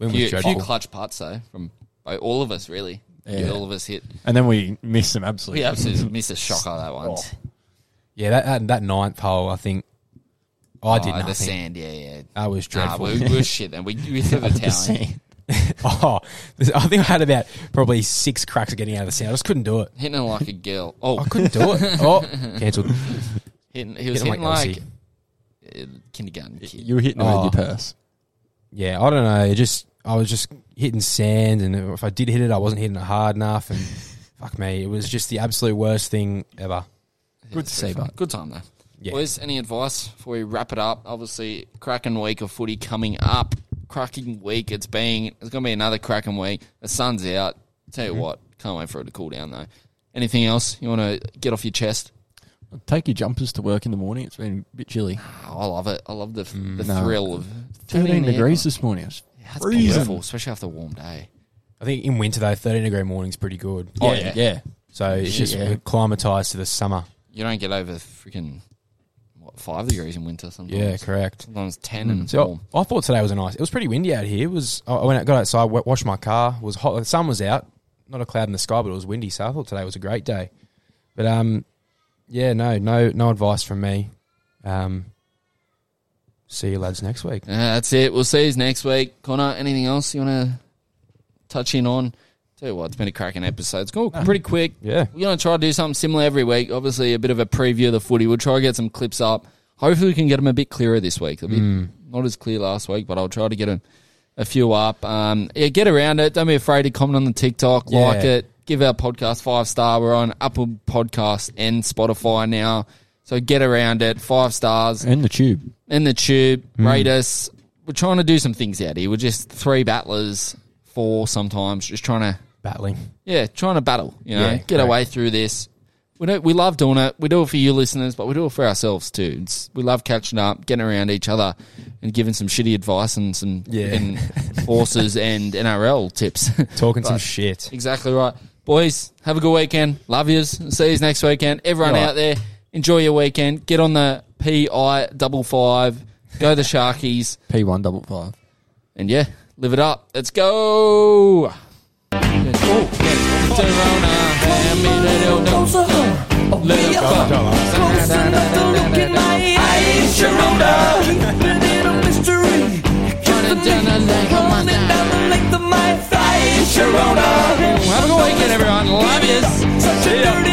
Speaker 4: wind
Speaker 1: few,
Speaker 4: was
Speaker 1: few
Speaker 4: dreadful.
Speaker 1: clutch putts though from by all of us really.
Speaker 3: Yeah.
Speaker 1: All of us hit.
Speaker 3: And then we missed some absolute.
Speaker 1: We absolutely missed a shocker that one.
Speaker 3: Oh.
Speaker 4: yeah, that, that that ninth hole, I think I did
Speaker 1: Oh, the
Speaker 4: nothing.
Speaker 1: sand. Yeah, yeah.
Speaker 4: That was
Speaker 1: Nah,
Speaker 4: dreadful.
Speaker 1: we, we were shit then. We,
Speaker 4: [laughs]
Speaker 1: we threw the towel. in.
Speaker 4: Oh, this- I think I had about probably six cracks of getting out of the sand. I just couldn't do it.
Speaker 1: Hitting it like a girl. Oh,
Speaker 4: I couldn't do
Speaker 1: [laughs]
Speaker 4: it. Oh, cancelled.
Speaker 1: hitting, he was
Speaker 4: Hitting
Speaker 1: hitting
Speaker 4: like
Speaker 1: like, uh kindergarten kid.
Speaker 3: You were hitting it
Speaker 4: Oh.
Speaker 3: with your purse.
Speaker 4: Yeah, I don't know. It just I was just hitting sand, and if I did hit it, I wasn't hitting it hard
Speaker 1: [laughs]
Speaker 4: enough. And fuck me, it was just the absolute worst thing ever.
Speaker 3: Good to see, bud.
Speaker 1: Good time though.
Speaker 4: Yeah.
Speaker 1: Boys, any advice before we wrap it up? Obviously, cracking week of footy coming up. Cracking week. It's being. It's going to be another cracking week. The sun's out. Tell
Speaker 4: Mm-hmm.
Speaker 1: you what, can't wait for it to cool down though. Anything else you want to get off your chest?
Speaker 3: Take your jumpers to work in the morning. It's been a bit [sighs] chilly.
Speaker 1: Oh, I love it. I love the, the
Speaker 3: no.
Speaker 1: thrill of
Speaker 3: 13
Speaker 1: turning the-
Speaker 3: degrees this morning. It was
Speaker 1: Yeah, That's
Speaker 3: freezing.
Speaker 1: beautiful, especially after a warm day.
Speaker 4: I think in winter though, thirteen degree morning's pretty good.
Speaker 1: Oh, yeah.
Speaker 3: Yeah.
Speaker 4: So it's just
Speaker 3: Yeah.
Speaker 4: acclimatized to the summer.
Speaker 1: You don't get over freaking what five degrees in winter sometimes.
Speaker 4: Yeah, correct.
Speaker 1: sometimes ten and it's
Speaker 4: So
Speaker 1: warm.
Speaker 4: I, I thought today was a nice. It was pretty windy out here. It was I I went out, got outside, wa- washed my car. It was hot. The sun was out, not a cloud in the sky, but it was windy. So I thought today was a great day. But um, yeah, no, no, no advice from me. Um, see you lads next week.
Speaker 1: Uh, that's it. We'll see you next week. Connor, anything else you want to touch in on? Tell you what, it's been a cracking episode. It's cool, pretty quick.
Speaker 4: Yeah.
Speaker 1: We're going to try to do something similar every week. Obviously, a bit of a preview of the footy. We'll try to get some clips up. Hopefully, we can get them a bit clearer this week. They'll be not as clear last week, but I'll try to get a, a few up. Um, yeah, get around it. Don't be afraid to comment on the TikTok, like
Speaker 4: Yeah.
Speaker 1: it, give our podcast five star. We're on Apple Podcast and Spotify now. So get around it. Five stars
Speaker 3: And the tube.
Speaker 1: in the tube, rate us. We're trying to do some things out here. We're just three battlers, four sometimes, just trying to [laughs]
Speaker 4: Battling.
Speaker 1: yeah, trying to battle. You know,
Speaker 4: Yeah,
Speaker 1: get our way through this. We don't, we love doing it. We do it for you listeners, but we do it for ourselves too. It's, we love catching up, getting around each other, and giving some shitty advice and some
Speaker 4: Yeah. [laughs]
Speaker 1: and horses and NRL tips.
Speaker 4: Talking some
Speaker 1: But-
Speaker 4: shit.
Speaker 1: Exactly right. Boys, have a good weekend. Love yous. See yous next weekend. Everyone out there, enjoy your weekend. Get on the PI double five. Go the Sharkies.
Speaker 3: P1 double five.
Speaker 1: And yeah, live it up. Let's go. Oh,
Speaker 2: Closer, I'll be up close enough to look in my eyes. Sharona, keeping it a mystery. Kissing me, running down the length of my thighs. Sharona,
Speaker 1: Have a good weekend, everyone. Love yous.
Speaker 2: such a dirty